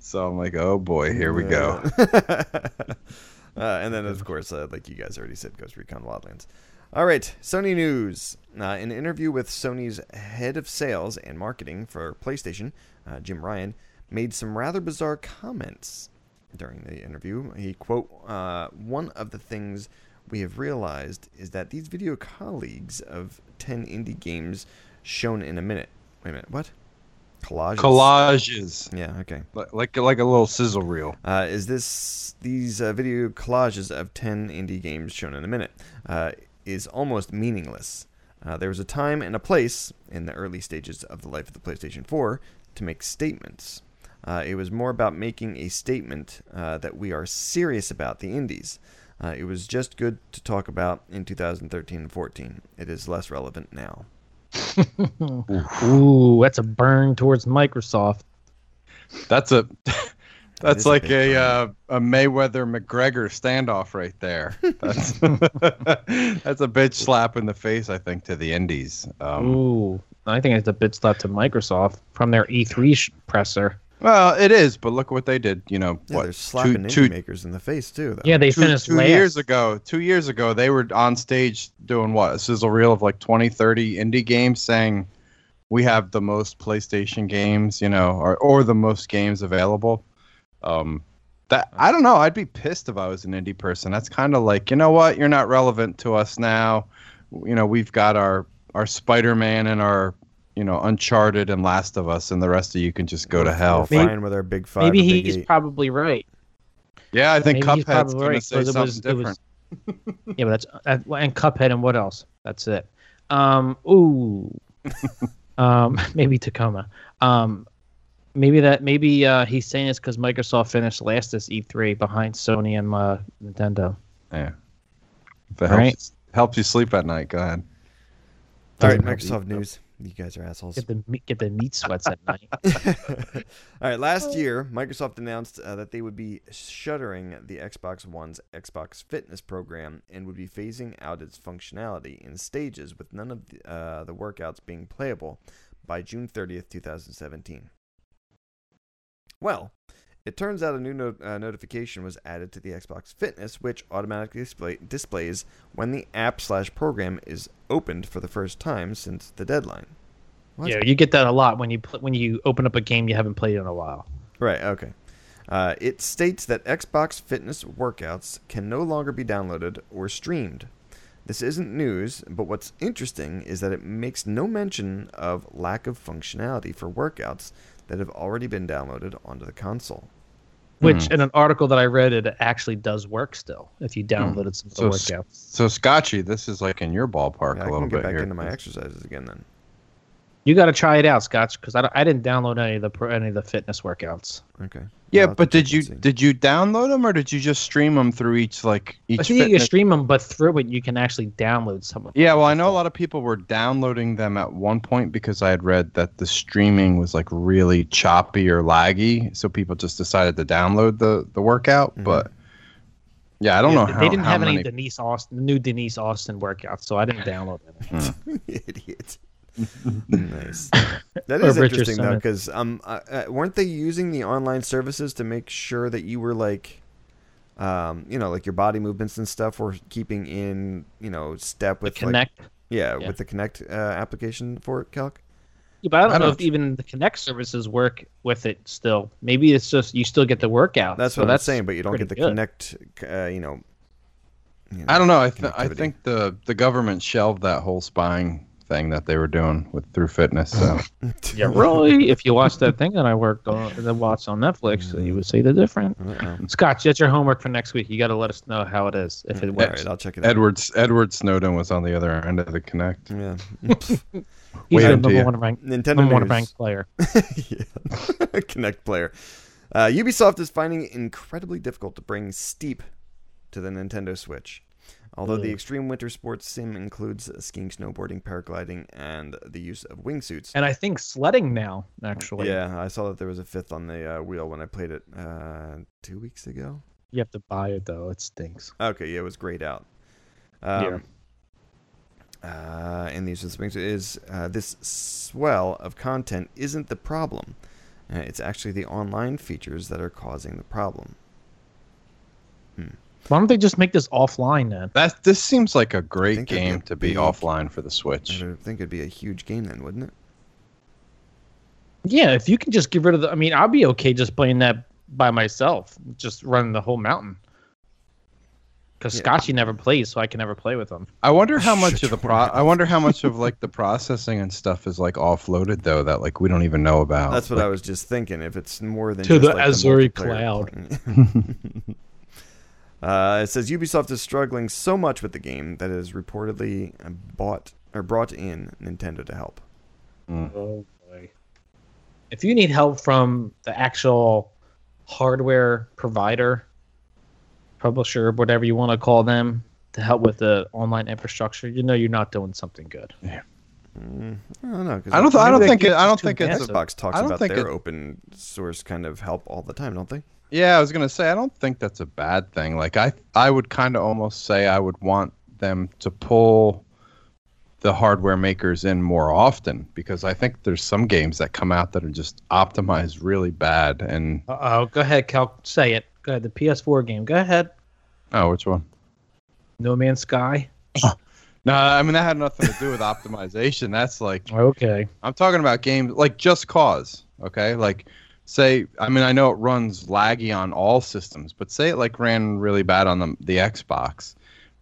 So I'm like, oh boy, here we go.
Uh, <laughs> uh, and then, of course, uh, like you guys already said, Ghost Recon Wildlands. All right, Sony news. Uh, in an interview with Sony's head of sales and marketing for PlayStation, uh, Jim Ryan, made some rather bizarre comments during the interview. He quote, uh, "One of the things we have realized is that these video colleagues of ten indie games shown in a minute. Wait a minute, what? Collages.
Collages,
Yeah. Okay.
like like like a little sizzle reel.
Uh, is this these uh, video collages of 10 indie games shown in a minute uh, is almost meaningless. Uh, there was a time and a place in the early stages of the life of the PlayStation 4 to make statements. Uh, it was more about making a statement uh, that we are serious about the indies. Uh, it was just good to talk about in 2013 and 14. It is less relevant now.
Ooh, that's a burn towards Microsoft.
That's a <laughs>
is
that's
a
like
big
a
brand.
uh, a Mayweather McGregor standoff right there. That's that's <laughs> a bitch slap in the face, I think, to the Indies. Um,
Ooh, I think it's a bit slap to Microsoft from their E3 E sh- presser.
Well, it is, but look what they did. You know
Yeah,
what?
they're slapping
two,
indie
two,
makers in the face too. Though.
Yeah, they
two-
finished
two
last.
years ago. Two years ago, they were on stage doing what a sizzle reel of like 20, 30 indie games, saying we have the most PlayStation games, you know, or or the most games available. Um, that I don't know. I'd be pissed if I was an indie person. That's kind of like you know what? You're not relevant to us now. You know, we've got our our Spider Man and our you know Uncharted and Last of Us, and the rest of you can just go to
We're-
hell.
We're
Maybe-
fine with our big five.
Maybe
or big
he's
eight.
probably right.
Yeah, I think
Maybe he's
Cuphead's
probably
gonna
right.
say
'cause
something
it was,
different.
It was, yeah, but that's uh, well, and Cuphead and what else? That's it. Um, ooh, <laughs> um, <laughs> maybe Tacoma. Um, maybe that. Maybe uh, he's saying this because Microsoft finished last this E3 behind Sony and uh, Nintendo.
If it
All
helps,
right.
you- helps you sleep at night, go ahead.
All right,
Doesn't help
Microsoft news. You guys are assholes.
Get the me- get the meat sweats at
<laughs>
night.
<laughs> All right, last year, Microsoft announced uh, that they would be shuttering the Xbox One's Xbox Fitness program and would be phasing out its functionality in stages, with none of the, uh, the workouts being playable by June 30th, 2017. Well, it turns out a new no- uh, notification was added to the Xbox Fitness, which automatically display- displays when the app slash program is opened for the first time since the deadline. What?
Yeah, you get that a lot when you pl- when you open up a game you haven't played in a while.
Right, okay. Uh, it states that Xbox Fitness workouts can no longer be downloaded or streamed. This isn't news, but what's interesting is that it makes no mention of lack of functionality for workouts that have already been downloaded onto the console.
Hmm.
Which in an article that I read, it actually does work still if you downloaded some of
Hmm. So,
the
s-
workouts.
so Scotchy, this is like in your ballpark
Yeah, I
a little
can get
bit
back
here.
into my exercises again then.
You got to try it out, Scotch, because I, don't- I didn't download any of the pro- any of the fitness workouts.
Okay.
yeah,
I'll have to
but
check
did you
and see.
did you download them or did you just stream them through each like each?
I think you can
fitness-
stream them, but through it you can actually download some. of them.
yeah, well, I know a lot of people were downloading them at one point because I had read that the streaming was like really choppy or laggy, so people just decided to download the the workout.
Mhm.
But yeah, I don't
Yeah,
know
they,
how,
they didn't
how
have
many.
any Denise Austin, new Denise Austin workouts, so I didn't download them.
<laughs> Idiot.
<laughs>
nice. That
Or
is
Richard
interesting though,
Simmons.
because um, uh, uh, weren't they using the online services to make sure that you were like, um, you know, like your body movements and stuff were keeping in, you know, step
The
with like-
Connect,
yeah,
yeah.
with the Connect uh, application for it, Calc.
yeah, but I don't,
I
know
don't-
if even the Connect services work with it still. Maybe it's just you still get the workout.
That's
so
what I'm
that's
saying, but you don't get the
pretty good.
Connect, uh, you know. you
I don't know. I, th- I
connectivity.
think the the government shelved that whole spying thing that they were doing with through fitness. So.
<laughs>
Yeah, really. if you watch that thing that I worked on, that I watched on Netflix, you would see the difference.
Uh-oh.
Scotch, that's your homework for next week. You got to let us know how it is if it
All
works.
right, I'll check it out.
Edwards Edward Snowden was on the other end of the connect.
Yeah. <laughs>
He's
Wait
the
until
number
you-
one ranked,
Nintendo
number one
News.
ranked player.
<laughs> yeah. Connect player. Uh, Ubisoft is finding it incredibly difficult to bring Steep to the Nintendo Switch. Although the extreme winter sports sim includes skiing, snowboarding, paragliding, and the use of wingsuits.
and I think sledding now actually.
Yeah, I saw that there was a fifth on the uh, wheel when I played it uh, two weeks ago.
You have to buy it though; it stinks.
Okay, yeah, it was grayed out. Um, uh, and these are the things is uh, this swell of content isn't the problem. Uh, it's actually the online features that are causing the problem.
Why don't they just make this offline then?
That this seems like a
I
great
think it'd
game
be a
to be
big-
offline for the
I
Switch.
would think it'd be a huge game then, wouldn't it?
Yeah, if you can just get rid of the. I mean, I'll be okay just playing that by myself, just running the whole mountain. Because
Yeah.
Scotchy never plays, so I can never play with him.
I wonder how much
Shut
of the
your
pro-
mouth.
I wonder how much of like the processing and stuff is like offloaded though that like we don't even know about.
That's what
Like,
I was just thinking. If it's more than
To
just
the
like
Azuri
multiplayer playing. <laughs> uh, it says Ubisoft is struggling so much with the game that it has reportedly bought or brought in Nintendo to help.
Oh boy! If you need help from the actual hardware provider, publisher, whatever you want to call them, to help with the online infrastructure, you know you're not doing something good.
Mm, I don't know. 'cause
I don't th- I don't
Maybe
think
that
it, I
game's
don't
too
think it's a,
massive.
Xbox talks
I don't
about
think
their
it-
open source kind of help all the time, don't they?
Yeah, I was going to say I don't think that's a bad thing. Like I I would kind of almost say I would want them to pull the hardware makers in more often because I think there's some games that come out that are just optimized really bad. And
Uh oh. Go ahead, Cal. Say it. Go ahead. The PS4 game. Go ahead.
oh, which one?
No Man's Sky.
No, I mean that had nothing to do with optimization. That's like
Okay.
I'm talking about games like Just Cause. Okay, like say I mean I know it runs laggy on all systems, but say it like ran really bad on the the Xbox.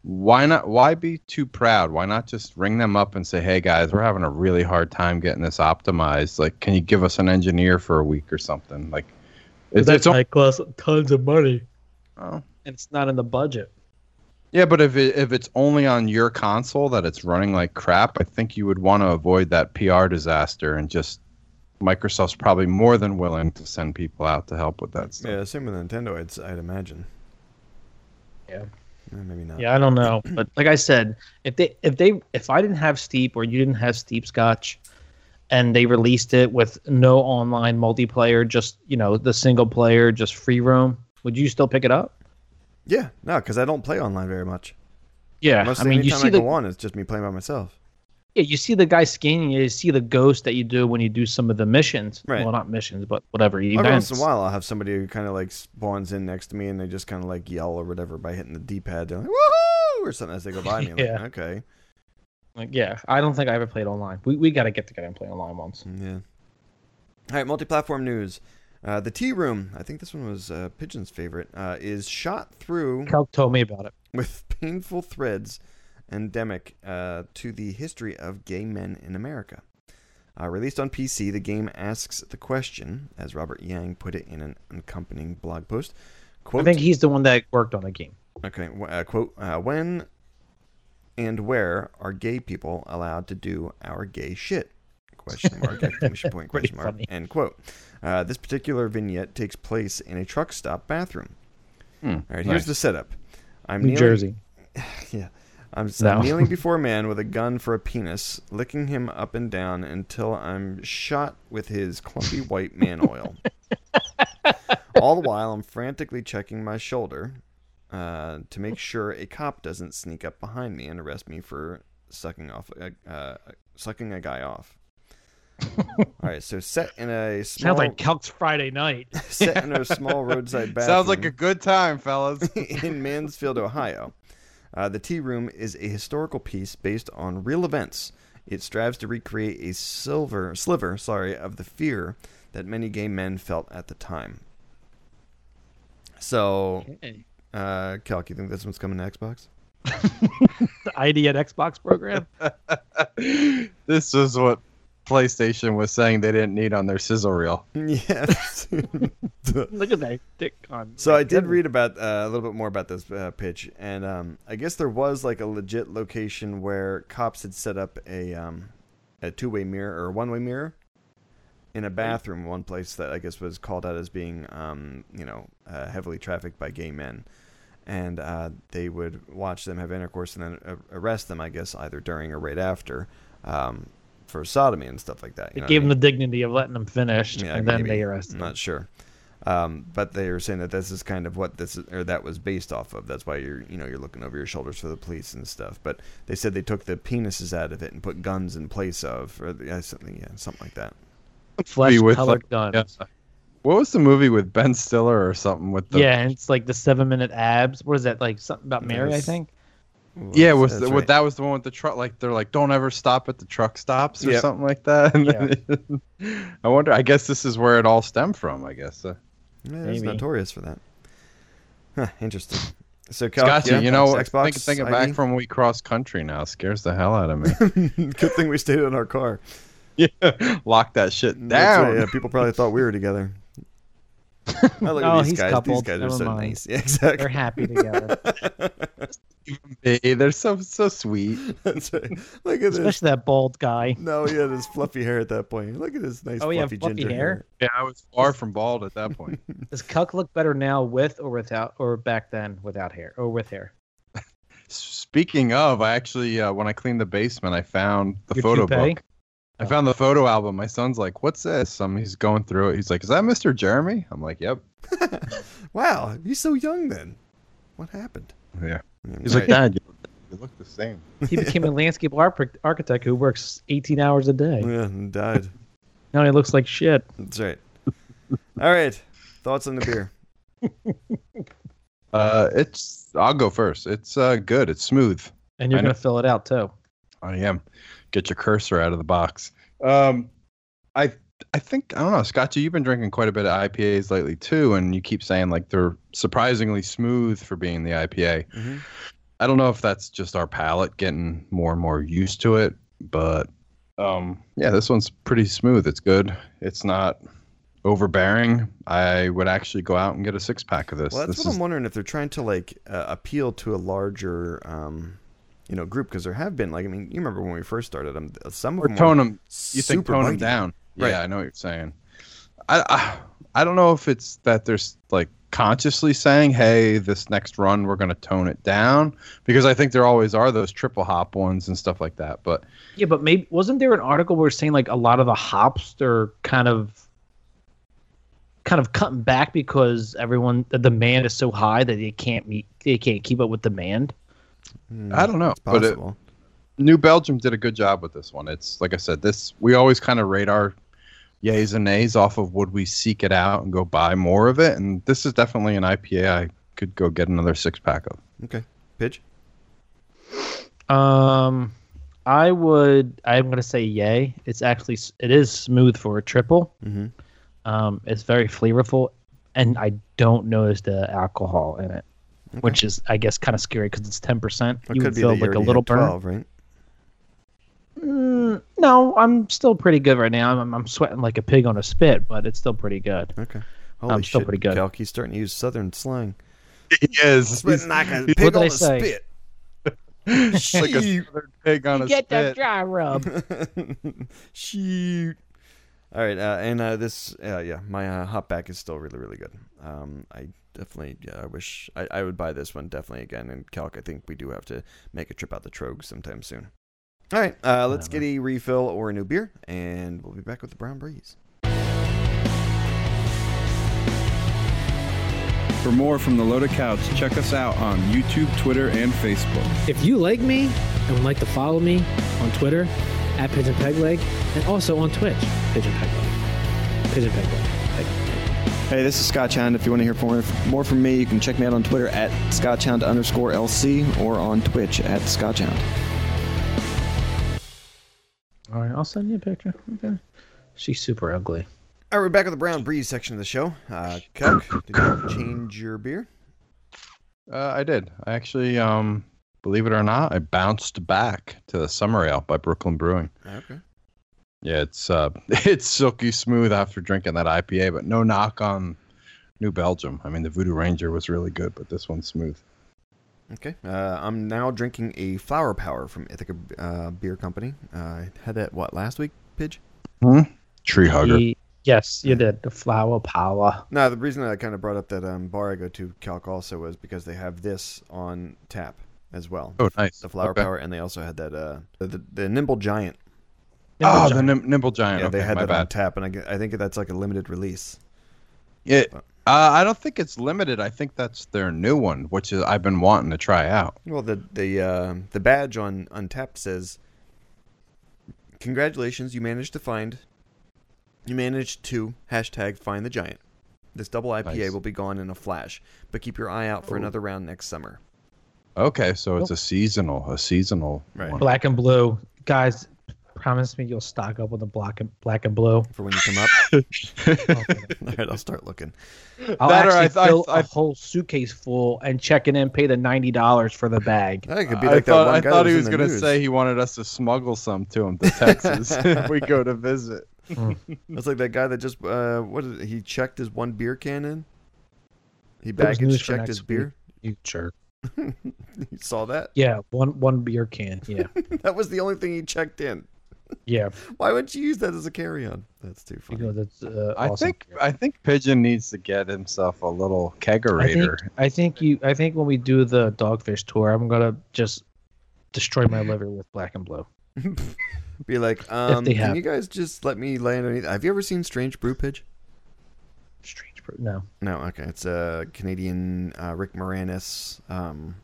Why not? Why be too proud? Why not just ring them up and say, "Hey guys, we're having a really hard time getting this optimized. Like, can you give us an engineer for a week or something?" Like, it's,
That
it's
might cost tons of money.
oh.
And it's not in the budget.
Yeah, but if it, if it's only on your console that it's running like crap, I think you would want to avoid that PR disaster and just Microsoft's probably more than willing to send people out to help with that stuff.
Yeah, same with Nintendo. I'd s- I'd imagine.
Yeah.
Eh, maybe not.
Yeah, I don't know, but like I said, if they if they if I didn't have Steep or you didn't have Steep Scotch, and they released it with no online multiplayer, just you know the single player, just free roam, would you still pick it up?
Yeah, no, because I don't play online very much.
Yeah,
Mostly
I mean you
anytime
see
I
the
go on, it's just me playing by myself.
yeah, you see the guy scanning, you see the ghost that you do when you do some of the missions.
Right.
Well, not missions, but whatever.
Every
Events.
once in a while, I'll have somebody who kind of like spawns in next to me, and they just kind of like yell or whatever by hitting the D-pad. They're like woohoo or something as they go by me.
<laughs>
I'm
Yeah.
Like, okay.
Like, yeah, I don't think I ever played online. We we got to get together and play online once.
Yeah. All right, multi-platform news. Uh, the tea room. I think this one was uh, Pigeon's favorite. Uh, is shot through
Calc told me about it.
with <laughs> painful threads endemic uh, to the history of gay men in America. Uh, released on PC, the game asks the question, as Robert Yang put it in an accompanying blog post. Quote,
I think he's the one that worked on the game.
okay, wh- uh, quote, uh, when and where are gay people allowed to do our gay shit? Question mark, exclamation
<laughs>
point,
Pretty
question mark,
funny.
end quote. Uh, this particular vignette takes place in a truck stop bathroom.
Hmm,
All right,
nice.
here's the setup. I'm
New
kneeling-
Jersey.
yeah. I'm s-
No.
kneeling before a man with a gun for a penis, licking him up and down until I'm shot with his clumpy white man oil. All the while, I'm frantically checking my shoulder uh, to make sure a cop doesn't sneak up behind me and arrest me for sucking off, a- uh, sucking a guy off. All right, so set in a small,
Sounds like Calc's Friday <laughs> night.
set in a small roadside bathroom
<laughs> Sounds like a good time, <laughs> fellas.
<laughs> in Mansfield, Ohio. Uh, the Tea Room is a historical piece based on real events. It strives to recreate a silver sliver, sorry, of the fear that many gay men felt at the time. So, uh, Calc, you think this one's coming to Xbox? <laughs>
the ID at Xbox program.
this is what PlayStation was saying they didn't need on their sizzle reel.
yes.
<laughs> Look at that dick on.
So I did read about uh, a little bit more about this uh, pitch, and um, I guess there was like a legit location where cops had set up a um, a two way mirror or one way mirror in a bathroom, one place that I guess was called out as being um, you know uh, heavily trafficked by gay men, and uh, they would watch them have intercourse and then a- arrest them, I guess either during or right after um, for sodomy and stuff like that. you
It
know what I
gave
mean?
them the dignity of letting them finish,
Yeah,
and then
maybe.
they
I'm
arrested them.
not sure. Um, but they were saying that this is kind of what this is, or that was based off of. That's why you're you know you're looking over your shoulders for the police and stuff. But they said they took the penises out of it and put guns in place of or the- yeah, something yeah something like that.
Flesh
with,
colored
like,
guns.
yeah. What was the movie with Ben Stiller or something with the
Yeah, and it's like the seven minute abs. What is that? Like something about Mary, I
Yes. <laughs>
think.
Yeah, was
That's
the,
right.
that was the one with the truck? Like they're like, don't ever stop at the truck stops or
Yep.
something like that. <laughs> And then- I wonder. I guess this is where it all stemmed from. I guess. Uh,
Yeah, it's
Maybe.
notorious for that. Huh, interesting. So Cal,
Scotty,
yeah,
you know,
Xbox, E?
think, thinking
ID? <laughs>
back from when we cross country now scares the hell out of me.
good thing we stayed in our car.
<laughs> yeah, lock that shit
That's right,
down.
yeah, people probably thought we were
<laughs>
together. Oh, look
Oh,
at these
he's
guys.
coupled,
These guys are
never
so
mind.
nice. <laughs> Yeah, exactly.
They're
<laughs>
happy together,
<laughs> Hey, they're so so sweet.
<laughs> That's right. Look at this.
especially that bald
<laughs>
guy.
No, he had his fluffy hair at that point. Look at his nice
Oh,
fluffy,
yeah, fluffy
ginger
hair?
hair.
Yeah, I was far from bald at that point.
Does Cuck look better now with or without, or back then without hair or with hair?
<laughs> Speaking of, I actually uh, when I cleaned the basement, I found the
Your
photo
toupee?
book. I found the photo album. My son's like, "What's this?" Um, he's going through it. He's like, "Is that Mr. Jeremy?" I'm like, "Yep."
Wow, he's so young then. What happened?
Yeah.
I mean,
He's
all
like,
right.
Dad, They look the same.
He became a landscape arp- architect who works 18 hours a day.
Yeah, and died.
Now he looks like shit.
That's right. All right. Thoughts on the beer?
Uh, it's. I'll go first. It's uh good. It's smooth.
And you're
I know.
going to fill it out, too.
I am. Get your cursor out of the box. Um, I I think I don't know, Scotty. You've been drinking quite a bit of IPAs lately too, and you keep saying like they're surprisingly smooth for being the IPA.
Mhm.
I don't know if that's just our palate getting more and more used to it, but um, yeah, this one's pretty smooth. It's good. It's not overbearing. I would actually go out and get a six pack of this.
Well, that's
this
what
is-
I'm wondering if they're trying to like uh, appeal to a larger, um, you know, group because there have been like I mean, you remember when we first started them? Some of
Or
them
tone
were
'em- you think
super
tone 'em
bitey.
down.
Right.
Yeah, I know what you're saying. I, I I don't know if it's that there's like consciously saying, "Hey, this next run we're going to tone it down," because I think there always are those triple hop ones and stuff like that. But
Yeah, but maybe wasn't there an article where it's saying like a lot of the hops are kind of kind of cutting back because everyone the demand is so high that they can't meet they can't keep up with demand.
Hmm,
I don't know.
it's
But it,
possible.
New Belgium did a good job with this one. It's like I said, this we always kind of rate our yays and nays off of would we seek it out and go buy more of it, and this is definitely an IPA I could go get another six pack of.
okay, pitch.
Um I would I'm going to say yay. It's actually s- it is smooth for a triple.
Mhm.
Um it's very flavorful and I don't notice the alcohol in it. Which is, I guess, kind of scary because it's ten percent.
It
You
could
would
be
feel
that you
like a
already
little
had
burn.
12, right?
Mm, no, I'm still pretty good right now. I'm, I'm sweating like a pig on a spit, but it's still pretty good.
Okay. Holy
still
shit,
pretty good.
Calc, he's starting to use southern slang.
He is. He's
like a
pig did on I a say? spit.
like a southern pig on a spit.
dry rub.
<laughs> Shoot. All right, uh, and uh, this, uh, yeah, my uh, hopback is still really, really good. Um, I definitely, yeah, I wish I, I would buy this one definitely again. And Calc, I think we do have to make a trip out the Trogs sometime soon. All right, uh, let's get a refill or a new beer, and we'll be back with the Brown Breeze.
For more from the Loaded Couch, check us out on YouTube, Twitter, and Facebook.
If you like me and would like to follow me on Twitter at Pigeon Peg Leg and also on Twitch, Pigeon Peg Leg. Pigeon Peg Leg. Peg.
Hey, this is Scott Hound. If you want to hear more, more from me, you can check me out on Twitter at scotchhound underscore LC or on Twitch at scotchhound.
All right, I'll send you a picture. Okay. She's super ugly.
All right, we're back with the Brown Breeze section of the show. Uh, Calc, did you change your beer?
Uh, I did. I actually, um, believe it or not, I bounced back to the Summer Ale by Brooklyn Brewing.
Okay.
Yeah, it's uh, <laughs> it's silky smooth after drinking that IPA, but no knock on New Belgium. I mean, the Voodoo Ranger was really good, but this one's smooth.
Okay. Uh, I'm now drinking a Flower Power from Ithaca uh, Beer Company. Uh, I had that, what, last week, Pidge?
Hmm? Tree hugger.
He- yes, you did. The flower power.
No, the reason I kind of brought up that um, bar I go to, Calc, also was because they have this on tap as well.
Oh, nice.
The Flower
Okay.
Power, and they also had that, uh, the, the, the Nimble Giant.
oh, the nim- Nimble Giant.
Yeah,
okay,
they had
my
that on
bad.
tap, and I, gu- I think that's like a limited release.
It, uh, I don't think it's limited. I think that's their new one, which is I've been wanting to try out.
Well, the the uh, the badge on Untapped says, "Congratulations, you managed to find, you managed to hashtag find the giant. This double IPA
Nice.
will be gone in a flash, but keep your eye out for another round next summer."
Okay, so it's a seasonal, a seasonal
Right.
one.
Black and blue. Guys, promise me you'll stock up on the black and, black and <laughs> blue.
For when you
<laughs>
come up, all right, I'll start looking.
I'll
That or I
actually
th- I
fill
th- I-
a whole suitcase full and check it in, pay the $90 for the
<laughs>
bag.
I could be
I
like
thought,
that one
I
guy
thought
that
he was
in the
going to
news.
say he wanted us to smuggle some to <laughs> him to Texas if we go to visit.
It's like that guy that just uh, what is it? he checked his one beer can in. He
There was news
baggage
for
checked
next
his
week.
beer.
You jerk.
<laughs> You saw that?
Yeah, one one beer can. Yeah.
That was the only thing he checked in.
yeah.
Why would you use that as a carry-on? That's too funny.
Because it's uh,
I
awesome.
think I think Pigeon needs to get himself a little
I think,
kegerator.
I think you. I think when we do the dogfish tour, I'm gonna just destroy my liver with black and blue.
Be like, um,
they
can
have-
you guys just let me lay underneath? Have you ever seen Strange Brew Pitch?
Strange. Brew- No,
No, okay. It's a Canadian uh, Rick uh, Moranis. Um,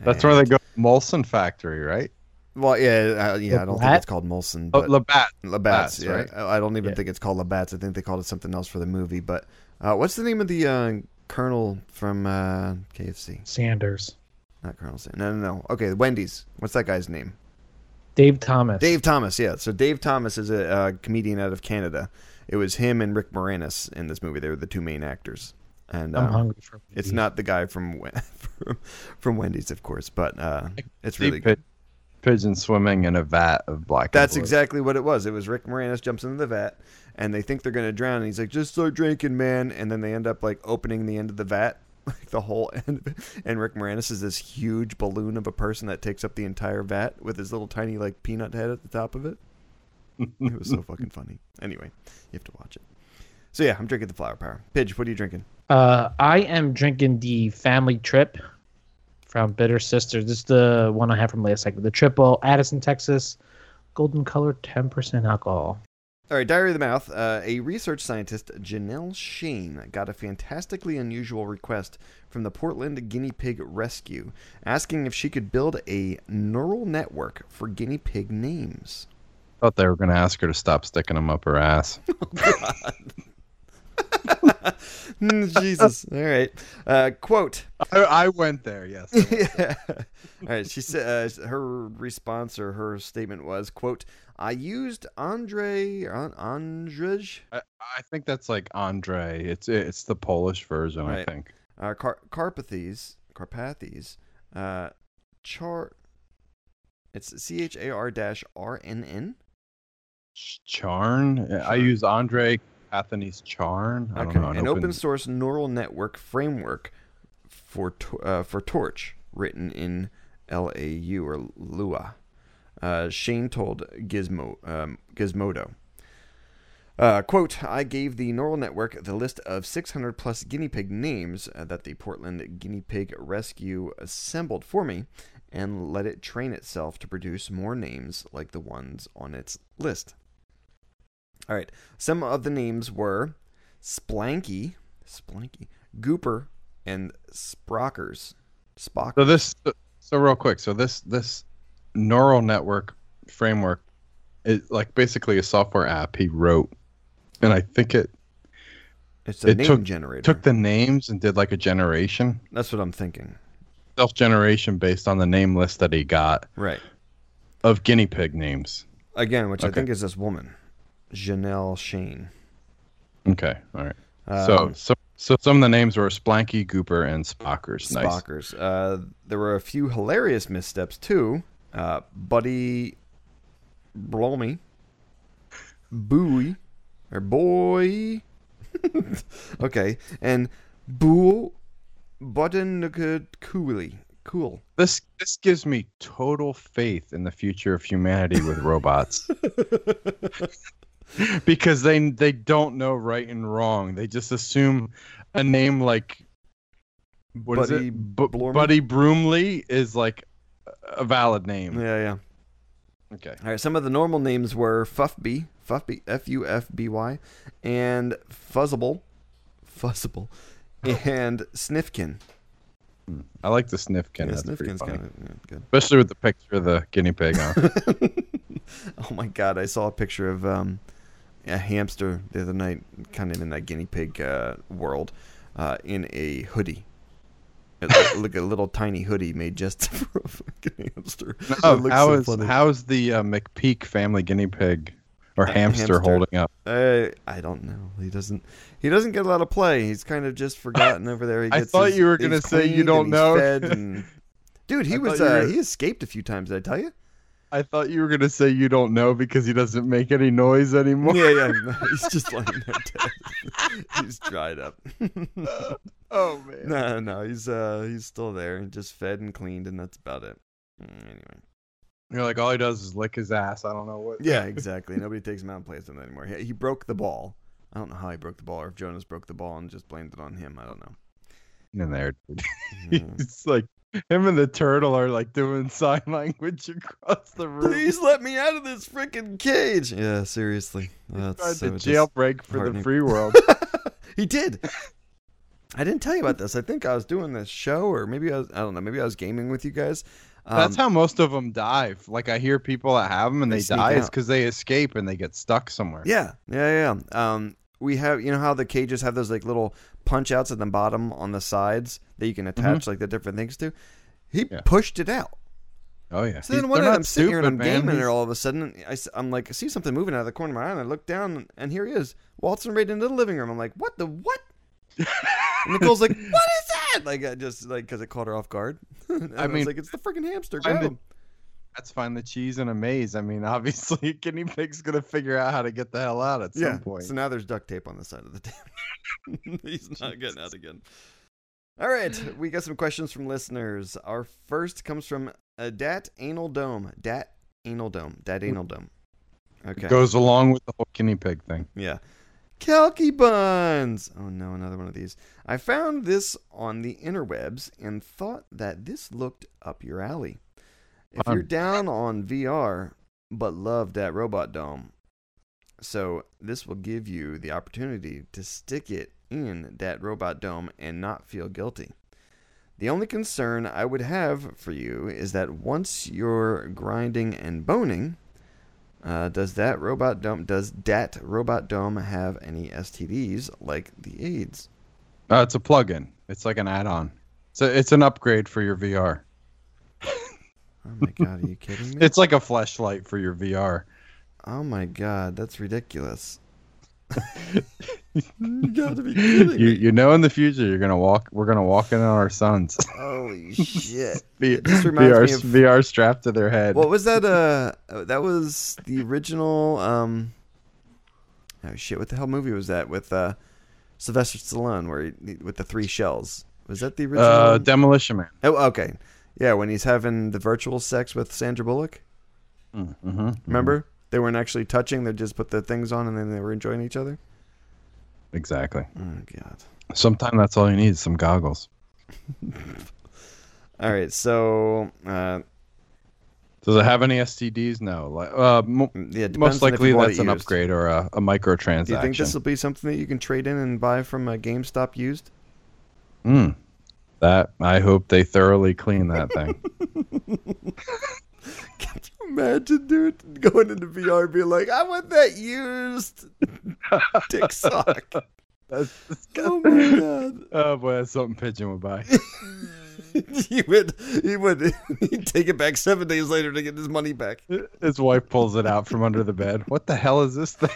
That's where they
and
go Molson Factory, right?
Well, yeah, uh, yeah. I don't think
Labatt?
it's called Molson.
Oh,
But
Labatt.
Labatt's,
Labatt's,
yeah.
right?
I I don't even
Yeah.
think it's called Labatt's. I think they called it something else for the movie. But uh, what's the name of the uh, Colonel from uh, KFC?
Sanders.
Not Colonel Sam. No, no, no. Okay, Wendy's. What's that guy's name?
Dave Thomas.
Dave Thomas. Yeah. So Dave Thomas is a uh, comedian out of Canada. It was him and Rick Moranis in this movie. They were the two main actors. And
I'm
um,
hungry for
It's
beef.
not the guy from Wen- <laughs> from, from Wendy's, of course, but uh, it's really
Deep
good.
pit- Pigeon swimming in a vat of black. and
That's
blue.
exactly what it was. It was Rick Moranis jumps into the vat, and they think they're gonna drown, and he's like, "Just start drinking, man!" And then they end up like opening the end of the vat, <laughs> like the whole end of it. And Rick Moranis is this huge balloon of a person that takes up the entire vat with his little tiny like peanut head at the top of it. it was so fucking funny. Anyway, you have to watch it. So yeah, I'm drinking the flower power. Pidge, what are you drinking?
Uh, I am drinking the family trip from Bitter Sisters. This is the one I had from last segment. The triple Addison, Texas, golden color, ten percent alcohol.
All right, Diary of the Mouth. Uh, a research scientist, Janelle Shane, got a fantastically unusual request from the Portland Guinea Pig Rescue asking if she could build a neural network for guinea pig names. <laughs>
Thought they were gonna ask her to stop sticking them up her ass.
Hmm, Jesus. All right. Uh, quote.
<laughs>
<laughs>
I, I went there. <laughs> Yes.
yeah. All right. She said uh, her response or her statement was, quote, I used Andre, An- Andrzej,
I, I think that's like Andre. It's it's the Polish version.
Right.
I think.
uh, Car- Carpathes, Carpathes, uh, char. It's C H A R dash R N N.
Charn. I
Charn.
use Andre Athanie's Charn. I don't know.
An, open source neural network framework for Tor- uh, for Torch, written in LAU or Lua. Uh, Shane told Gizmo um, Gizmodo. Uh, quote, I gave the neural network the list of 600 plus guinea pig names uh, that the Portland Guinea Pig Rescue assembled for me and let it train itself to produce more names like the ones on its list. All right, some of the names were Splanky, Splanky, Gooper, and Sprockers. Spock.
So this. So real quick. So this this neural network framework is like basically a software app he wrote, and I think it
it's a
it
name
took-
generator.
took the names and did like a generation
That's what I'm thinking.
self generation based on the name list that he got
Right.
of guinea pig names.
Again, which I
Okay.
think is this woman, Janelle Shane.
Okay. All right. so
Um,
so so some of the names were Splanky, Gooper, and Spockers. Nice.
Spockers. Uh, there were a few hilarious missteps too. Uh, Buddy Blomy, Bowie, or Boy. <laughs> okay, and Boo Button Cooley. Cool.
This this gives me total faith in the future of humanity
<laughs>
with robots. because they they don't know right and wrong. They just assume a name like what is
Buddy
it? Bu-
Blorman?
Buddy Broomley is like a valid name.
Yeah, yeah.
Okay.
All right, some of the normal names were Fuffby, Fuffby, F U F B Y, and Fuzzable,
<laughs>
Fuzzable, and Sniffkin.
I like the Snifkin.
yeah,
That's pretty
Sniffkin's
funny.
kind of yeah, good.
Especially with the picture of the guinea
<laughs>
pig on.
oh my god, I saw a picture of um, a hamster the other night, kind of in that guinea pig uh, world, uh, in a hoodie. It looked
<laughs>
like a little tiny hoodie made just <laughs> for a fucking hamster. It
oh,
looks
how
so
is
funny.
how's the uh, McPeak family guinea pig or
Uh,
hamster,
hamster.
holding up?
Uh, I don't know. He doesn't. He doesn't get a lot of play. He's kind of
<laughs>
just forgotten over there. He
I
gets
thought
his-
you were
he's
gonna say you
cleaned
don't
and he's
know. <laughs>
fed and- Dude, he
I
was.
thought you
Uh,
were-
he escaped a few times. Did I
<laughs>
tell you?
I thought you were gonna say you don't know because he doesn't make any noise anymore.
Yeah, yeah. <laughs> no, He's just lying there dead. <laughs> he's dried up.
<laughs>
<laughs>
Oh man.
no, no. He's uh, he's still there. He Just fed and cleaned, and that's about it. Mm, Anyway.
You're like all he does is lick his ass. I don't know what.
Yeah, exactly. Nobody takes him out and plays with him anymore. He, he broke the ball. I don't know how he broke the ball, or if Jonas broke the ball and just blamed it on him. I don't know.
in there.
<laughs> Yeah.
It's like him and the turtle are like doing sign <laughs> language across the room.
Please let me out of this freaking cage. Yeah, seriously.
Tried
That's
to
so
jailbreak for the
disheartening. <laughs>
free world.
Um, dis- He <laughs> did. I didn't tell you about this. I think I was doing this show, or maybe I was, I don't know, maybe I was gaming with you guys.
That's
Um,
how most of them dive. Like I hear people that have them and
They
they,
sneak
die. It's
out.
because they escape and they get stuck somewhere.
Yeah, yeah, yeah. Um, we have you know how the cages have those like little punch outs at the bottom on the sides that you can attach like the different things to. He
Mm-hmm. Yeah.
pushed it out.
Oh yeah.
So then
He's-
one
they're
day
not
I'm sitting here and I'm
stupid, man.
gaming
He's-
there all of a sudden. I, am like, I see something moving out of the corner of my eye, and I look down, and here he is, waltzing right into the living room. I'm like, what the
<laughs>
what? And Nicole's like, what is that? Like, I just like because it caught her off guard. <laughs> And I was
mean,
like it's the freaking hamster.
find
grab
it-
him."
Let's find the cheese in a maze. I mean, <laughs> obviously, a guinea pig's gonna figure out how to get the hell out at
yeah.
some point.
So now there's duct tape on the side of the table. <laughs> He's
<laughs>
not getting out again. All right, we got some questions from listeners. Our first comes from uh, Dat Anal Dome. Dat Anal Dome. Dat Anal Dome. Okay.
Goes along with the whole guinea pig thing.
Yeah. Calky buns. Oh no, another one of these. I found this on the interwebs and thought that this looked up your alley. If you're
Um,
down on VR but love that robot dome, so this will give you the opportunity to stick it in that robot dome and not feel guilty. The only concern I would have for you is that once you're grinding and boning, uh, does that robot dome does dat robot dome have any STDs like the AIDS?
Uh, it's a plug-in. It's like an add-on. So it's an upgrade for your VR.
Oh my god, are you kidding
<laughs>
me?
It's like a flashlight for your VR.
Oh my god, that's
<laughs>
ridiculous. you gotta be kidding
You
me.
you know in the future you're gonna walk. We're gonna walk in on
<laughs>
our sons.
Holy
<laughs>
shit.
V-
just reminds
VR,
me of-
VR strapped to their head.
What was that? Uh, uh, that was the original. Um, oh shit! What the hell movie was that with uh, Sylvester Stallone, where he, with the three shells? Was that the original?
uh, Demolition Man.
oh, okay. Yeah, when he's having the virtual sex with Sandra Bullock.
Mm-hmm.
Remember, they weren't actually touching; they just put the things on, and then they were enjoying each other.
Exactly.
Oh god.
Sometimes that's all you need is some goggles.
All right, so uh,
Does it have any STDs? No. Like, uh, mo-
yeah, Mm, depends
most
on if
likely
you want
that's
it
an
used.
upgrade or a, a microtransaction.
Do you think this will be something that you can trade in and buy from a GameStop used? <laughs>
Mm. That I hope they thoroughly clean that
<laughs>
thing. <laughs>
Imagine, dude, going into VR, being like, "I want that
<laughs>
used dick sock." oh my god!
oh boy, that's something Pigeon
<laughs>
would buy.
he would, he would, <laughs> he'd take it back seven days later to get his money back.
His wife pulls it out from under the bed. What the hell is this thing?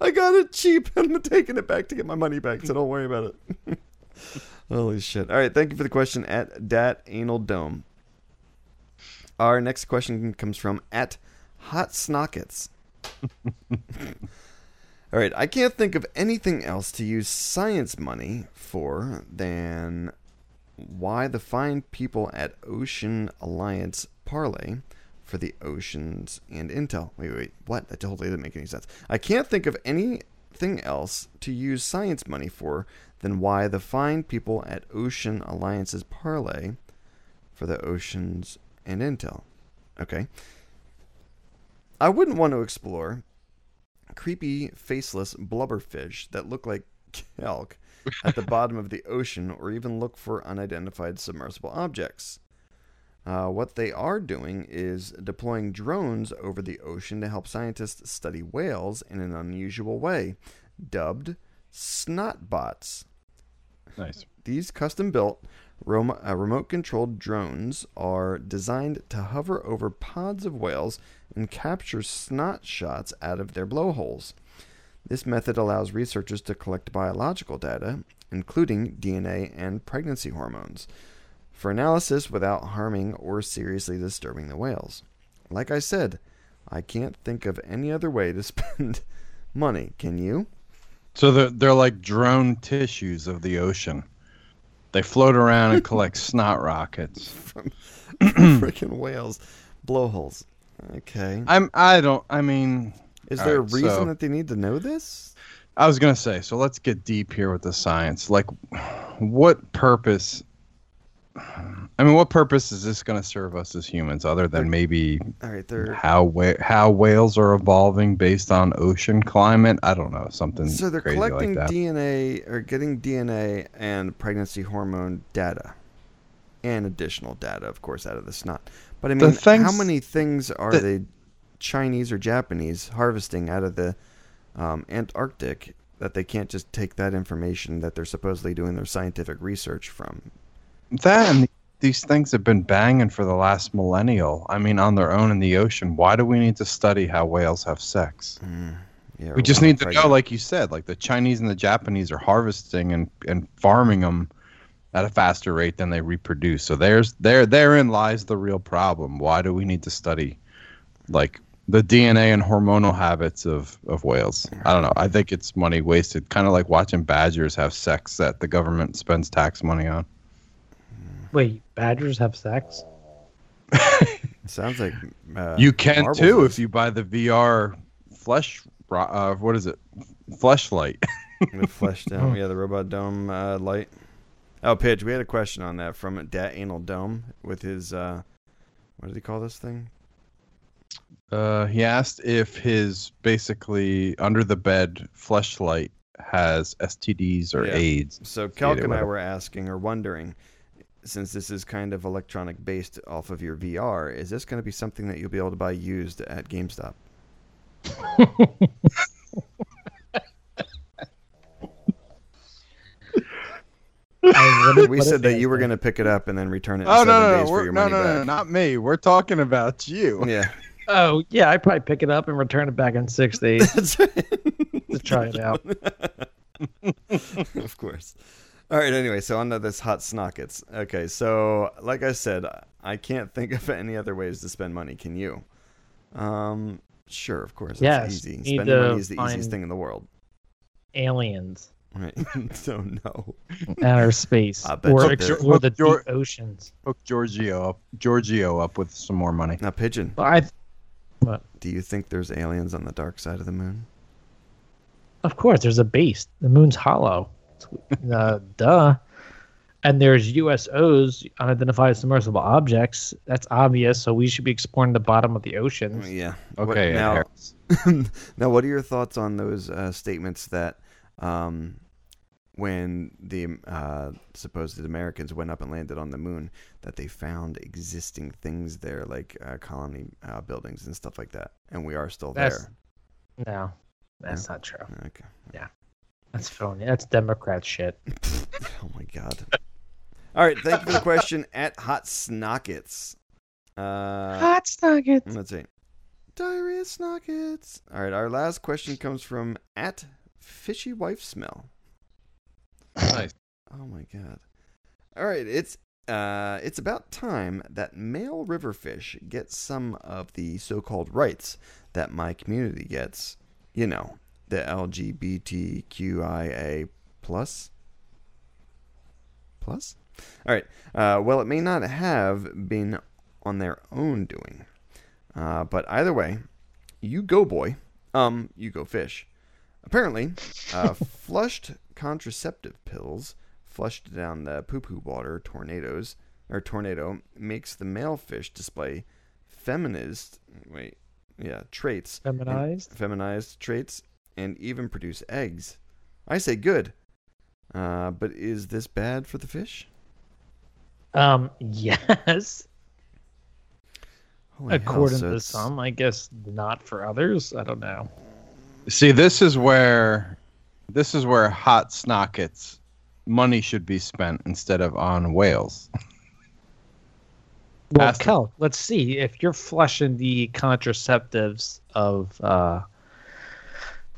I got it cheap, <laughs> and I'm taking it back to get my money back. So don't worry about it. <laughs> Holy shit! All right, thank you for the question at dat anal dome. Our next question comes from at hot snockets. <laughs> All right, I can't think of anything else to use science money for than why the fine people at Ocean Alliance Parlay for the oceans and intel. Wait, wait, what? That totally didn't make any sense. I can't think of anything else to use science money for than why the fine people at Ocean Alliance's parlay for the oceans and intel. Okay. I wouldn't want to explore creepy, faceless blubberfish that look like <laughs> kelp at the bottom of the ocean or even look for unidentified submersible objects. Uh, what they are doing is deploying drones over the ocean to help scientists study whales in an unusual way, dubbed snot bots.
Nice.
These custom built rom- uh, remote controlled drones are designed to hover over pods of whales and capture snot shots out of their blowholes. This method allows researchers to collect biological data, including DNA and pregnancy hormones, for analysis without harming or seriously disturbing the whales. Like I said, I can't think of any other way to <laughs> spend money, can you?
So they're, they're like drone tissues of the ocean. They float around
<laughs>
and collect snot rockets.
Freaking whales. Blowholes. Okay.
I'm I don't I mean
Is
All
there
right,
a reason
so-
that they need to know this?
I was gonna say so let's get deep here with the science. Like what purpose I mean what purpose is this gonna serve us as humans other than maybe
All right, they're
how wha- how whales are evolving based on ocean climate? I don't know, something
so they're
crazy
collecting
like that.
DNA or getting DNA and pregnancy hormone data and additional data, of course, out of the snot. But I
The
mean, how
things-
many things are
the-
the Chinese or Japanese harvesting out of the um, Antarctic that they can't just take that information that they're supposedly doing their scientific research from?
That and these things have been banging for the last millennial. I mean, on their own in the ocean. Why do we need to study how whales have sex?
Yeah,
We
or
just
when
need to
they're
know,
pregnant.
like you said, like the Chinese and the Japanese are harvesting and, and farming them at a faster rate than they reproduce. So there's there therein lies the real problem. Why do we need to study like the DNA and hormonal habits of, of whales? I don't know. I think it's money wasted. Kind of like watching badgers have sex that the government spends tax money on.
Wait, badgers have sex?
sounds like uh,
You can
marbles
too
is-
if you buy the VR flesh. ro- Uh, what is it? Fleshlight. <laughs>
The flesh dome, yeah, the robot dome uh, light. Oh, Pidge, we had a question on that from Dat Anal Dome with his uh, what did he call this thing?
Uh, he asked if his basically under the bed fleshlight has STDs or
Yeah.
AIDS.
So Calc and I
whatever.
were asking or wondering, since this is kind of electronic based off of your VR, is this going to be something that you'll be able to buy used at GameStop? We said that you were going to pick it up and then return it. In
Oh
seven
no no
days
no!
for
We're,
your
no
money
no no!
back.
Not me. We're talking about you.
Yeah,
Oh yeah, I'd probably pick it up and return it back in
<laughs>
six days
that's right.
to try it out.
<laughs> of course. All right. Anyway, so on to this hot snockets. Okay, so like I said, I can't think of any other ways to spend money. Can you? Um, sure. Of course.
Yes,
That's easy.
you need
Spending money
to
is the
find-
easiest thing in the world. <laughs>
Aliens,
Right. <laughs> so no.
outer space,
I bet
or,
you did.
or the
Your-
deep oceans.
<laughs> Hook Giorgio up. Giorgio up with some more money.
Now, pigeon.
But I,
Do you think there's aliens on the dark side of the moon?
of course, there's a base. The moon's hollow. It's- uh, <laughs> duh. And there's USOs, unidentified submersible objects. That's obvious. So we should be exploring the bottom of the oceans.
Yeah. What-
Okay.
now, <laughs>
Harris.
now, what are your thoughts on those uh, statements that um, when the uh, supposed Americans went up and landed on the moon, that they found existing things there, like uh, colony uh, buildings and stuff like that, and we are still
That's-
there?
No, that's not true.
Okay.
That's phony. That's Democrat shit.
Oh my god. All right. Thank you for the question at Hot Snockets. Uh,
Hot nuggets.
That's right. Diarrhea snockets. All right, our last question comes from at fishy wife smell.
Nice.
Oh my god. All right, it's uh, it's about time that male riverfish get some of the so-called rights that my community gets. You know, the LGBTQIA plus plus. All right. Uh, well, it may not have been on their own doing. Uh, but either way, you go, boy. Um, you go fish. Apparently, uh, flushed contraceptive pills flushed down the poo-poo water tornadoes or tornado makes the male fish display feminist wait yeah traits and-
Feminized?
feminized traits and even produce eggs. I say good. Uh, but is this bad for the fish?
Um, <laughs> yes.
Holy hell,
According
so
to
it's-
some, I guess not for others. I don't know.
See, this is where this is where hot snockets money should be spent instead of on whales.
Well,
Ask them.
Kel, let's see if you're flushing the contraceptives of uh,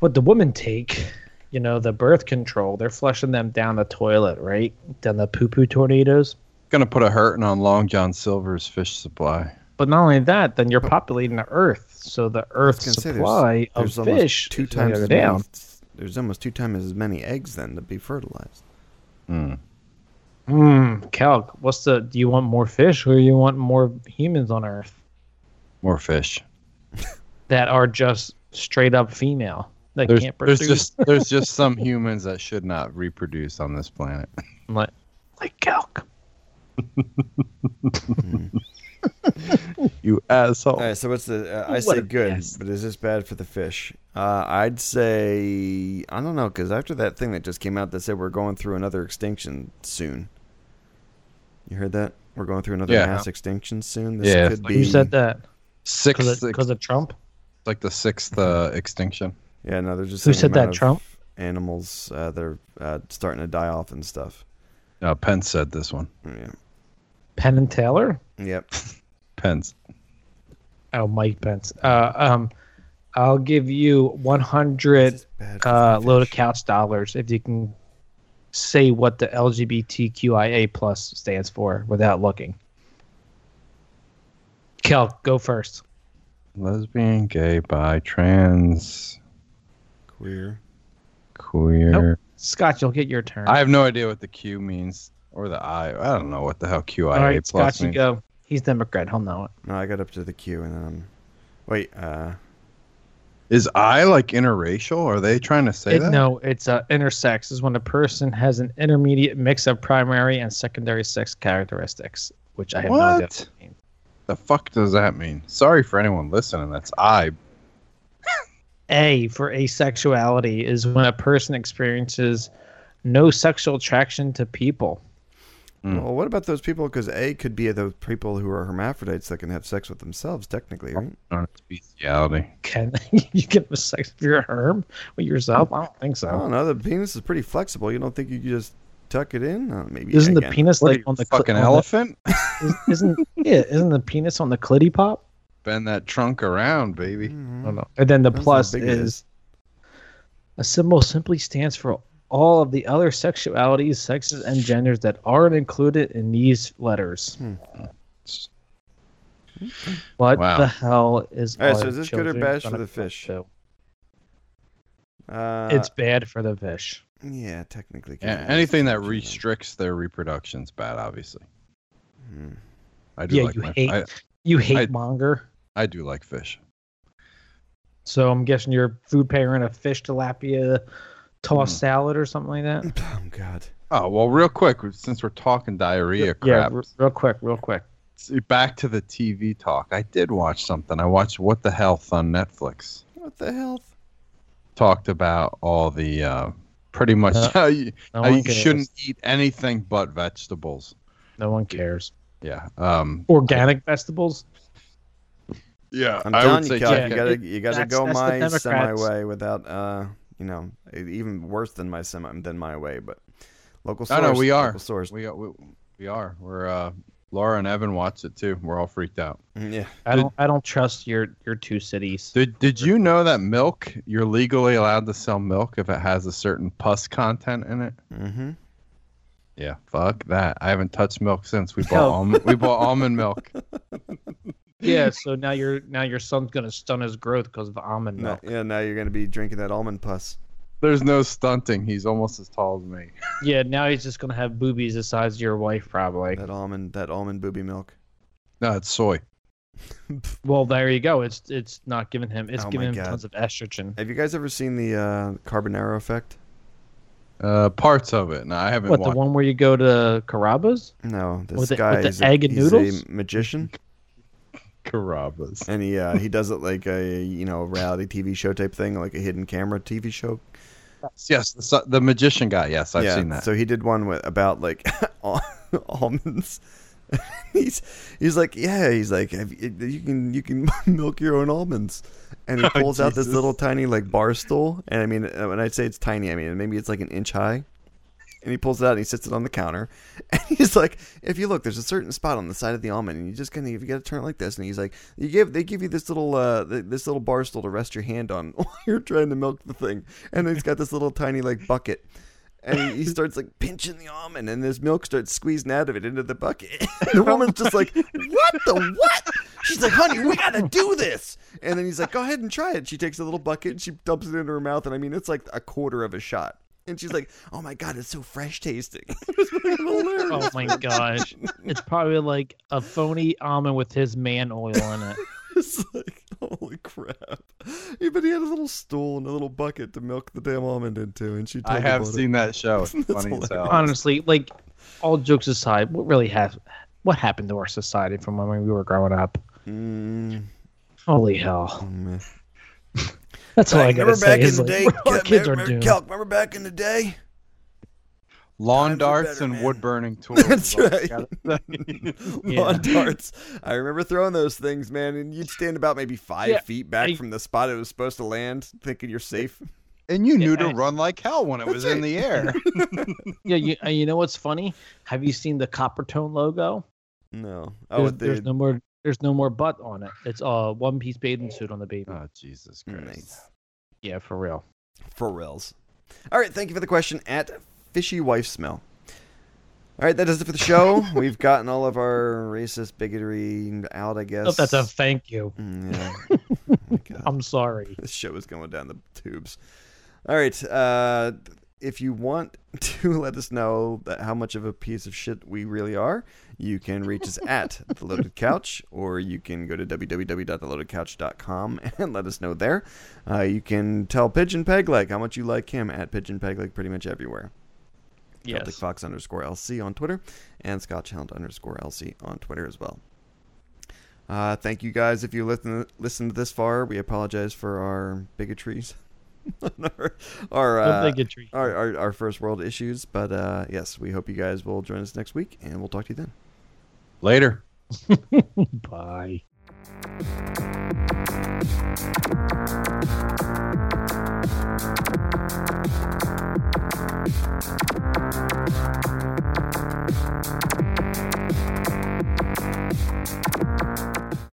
what the women take. You know, the birth control. They're flushing them down the toilet, right? Down the poo-poo tornadoes.
Gonna put a hurting on Long John Silver's fish supply.
But not only that, then you're populating the Earth, so the Earth's
gonna say, there's-
supply
there's
of
almost
fish
two
is gonna
times
go
as
down.
Many, there's almost two times as many eggs then to be fertilized.
Mm, Calc, what's the? Do you want more fish, or you want more humans on Earth?
More fish.
that are just straight up female that
There's,
can't
there's
produce.
just there's just some humans that should not reproduce on this planet.
I'm like, like calc.
You asshole.
All right, so what's the? Uh, I say
a
good,
guess.
but is this bad for the fish? Uh, I'd say I don't know because after that thing that just came out that said we're going through another extinction soon. You heard that? We're going through another
Yeah.
mass extinction soon. This
Yeah,
could
it's
be
like-
You said that
Sixth,
because of, 'cause of Trump.
like the sixth uh, extinction.
Yeah, no, they're just
Who
saying the
said that,
amount of
Trump?
Animals uh, that are uh, starting to die off and stuff.
No, Pence Uh, said this one.
Yeah.
Penn and Taylor.
Yep.
Pence.
Oh, Mike Pence. Uh, um, I'll give you one hundred
This is bad for
uh,
the
load of
fish.
couch dollars if you can say what the LGBTQIA plus stands for without looking. Kel, go first.
Lesbian, gay, bi, trans,
Queer.
queer.
Nope. Scott, you'll get your turn.
I have no idea what the Q means or the I. I don't know what the hell QIA
All right,
plus
Scott, you
means.
go. He's Democrat. He'll know it.
No, I got up to the queue and then I'm. Wait, uh,
Is I like interracial? Are they trying to say
It-
that?
no, it's uh, intersex. Is when a person has an intermediate mix of primary and secondary sex characteristics, which I have no idea.
What?
What it means.
The fuck does that mean? Sorry for anyone listening. That's I.
A for asexuality is when a person experiences no sexual attraction to people. Hmm.
Mm.
well, what about those people? Because A could be those people who are hermaphrodites that can have sex with themselves, technically, right?
on its bestiality.
Can <laughs> you can have sex if you're a herm with yourself? I don't think
I
so.
don't know. Oh, The penis is pretty flexible. You don't think you could just tuck it in? Uh, maybe.
Isn't the
again.
penis
What are
like
you,
on the cli-
fucking
on the-
elephant?
is-
<laughs>
isn't yeah? Isn't the penis on the clitty pop?
Bend that trunk around, baby.
Mhm.
don't know. And then the
Depends how
plus
big it is.
is a symbol simply stands for all of the other sexualities, sexes, and genders that aren't included in these letters.
Hmm.
What
Wow.
the hell is?
All right, so
our
is this good or
children
bad for
gonna
the
come
fish?
to?
Uh,
It's bad for the fish.
yeah, technically. 'cause
Yeah,
it is
anything that
sexual.
restricts their reproduction's bad, obviously.
Mhm.
I do
Yeah,
like
you
my,
hate
I,
you hate
I-
monger.
I do like fish.
So I'm guessing you're food pairing a fish tilapia tossed
Hmm.
salad or something like that.
Oh God.
Oh well, real quick, since we're talking diarrhea
Yeah,
crap,
re- real quick, real quick.
see, back to the TV talk. I did watch something. I watched What the Health on Netflix.
What the hell?
Talked about all the uh, pretty much <laughs>
Uh,
how you,
No
how
one
you
cares.
shouldn't eat anything but vegetables.
No one cares.
Yeah. Um,
Organic vegetables.
yeah.
I'm
I
telling
would
you,
say
Cal,
check
you
it.
gotta you gotta
That's-
go
that's the
my semi
Democrats.
way without uh you know even worse than my semi than my way, but local
No,
source.
no, we are.
Local source.
We are. We, we are. We're. Uh, Laura and Evan watched it too. We're all freaked out.
<laughs> yeah.
I
Did-
don't. I don't trust your your two cities.
Did Did you know that milk? You're legally allowed to sell milk if it has a certain pus content in it.
Mm-hmm.
Yeah. Fuck that. I haven't touched milk since we bought
No.
almond.
<laughs>
We bought almond milk.
Yeah. So now your now your son's gonna stunt his growth because of almond
No,
milk.
yeah. Now you're gonna be drinking that almond pus.
There's no stunting. He's almost as tall as me.
Yeah. Now he's just gonna have boobies the size of your wife, probably.
That almond. That almond booby milk.
No, it's soy.
Well, there you go. It's it's not giving him. It's
Oh my
giving him
God.
tons of estrogen.
Have you guys ever seen the uh, Carbonaro effect?
Uh, parts of it. No, I haven't
What the
watched.
one where you go to Carrabba's?
No, this
With the-
guy
with the
is a-
egg and
he's
noodles?
a magician,
Carrabba's.
and he uh, he does it like a you know reality TV show type thing, like a hidden camera TV show
Yes, the, su- the magician guy. Yes, I've seen that.
So he did one with about like <laughs> al- almonds. <laughs> he's he's like yeah he's like have, you you can you can <laughs> milk your own almonds and he
<laughs> Oh,
pulls out this
Jesus.
little tiny like bar stool and i mean uh, when i say it's tiny i mean maybe it's like an inch high and he pulls it out and he sits it on the counter <laughs> and he's like if you look there's a certain spot on the side of the almond and you just kind of you gotta turn it like this and he's like you give they give you this little uh th- this little bar stool to rest your hand on <laughs> while you're trying to milk the thing and he's got this little tiny like bucket and he- he starts like pinching the almond, and this milk starts squeezing out of it into the bucket. <laughs> the woman's just like, "What the what?" She's like, "Honey, we gotta do this." And then he's like, "Go ahead and try it." She takes a little bucket, and she dumps it into her mouth, and I mean, it's like a quarter of a shot. And she's like, "Oh my god, it's so fresh tasting." <laughs> It was fucking hilarious.
Oh my gosh. It's probably like a phony almond with his man oil in <laughs> it.
It's <laughs> like, holy crap! Yeah, but he had a little stool and a little bucket to milk the damn almond into, and she.
I
told
have
about it.
seen that show.
<laughs>
It's funny as hell.
Honestly, like all jokes aside, what really has what happened to our society from when we were growing up?
Mm,
Holy hell.
mm.
That's all I
Like,
gotta
remember
say
back in
is
the
like,
day,
<laughs> our
Yeah,
kids are
remember-
doomed.
Calc, remember back in the day?
Lawn
Times are
darts
better,
and
man. <laughs>
wood burning tools.
That's
is all I
right. <laughs>
gotta <laughs> say.
Lawn darts. I remember throwing those things, man, and you'd stand about maybe five
Yeah,
feet back
I-
from the spot it was supposed to land, thinking you're safe.
and you knew
Yeah,
to
I-
run like hell when it was in the air.
Yeah, you, uh, you know what's funny? Have you seen the copper tone logo?
No.
There's,
Oh, with
there's
the
no more. There's no more butt on it. It's a uh, one piece bathing suit on the baby.
Uh,
oh Jesus Christ!
Mm, nice.
Yeah, for real.
Pharrells. All right, thank you for the question at Fishy Wife Smell. All right, that does it for
<laughs>
the show. We've gotten all of our racist bigotry out, I
I
guess.
don't know if that's a thank you.
Mm, yeah.
<laughs>
Oh my God.
I'm sorry.
<laughs> this show is going down the tubes. All right. Uh, if you want <laughs> to let us know that how much of a piece of shit we really are, you can reach us at The Loaded Couch, or you can go to www.theloadedcouch.com <laughs> and let us know there. Uh, you can tell Pigeon Pegleg how much you like him at Pigeon Pegleg pretty much everywhere. Celtic
Yes.
Fox underscore LC on Twitter and Scotchhound underscore LC on Twitter as well. Uh, thank you guys if you listen listened this far. We apologize for our bigotries, <laughs> our our,
No
uh,
bigotry.
our, our our first world issues. But uh, yes, we hope you guys will join us next week, and we'll talk to you then.
Later.
Bye.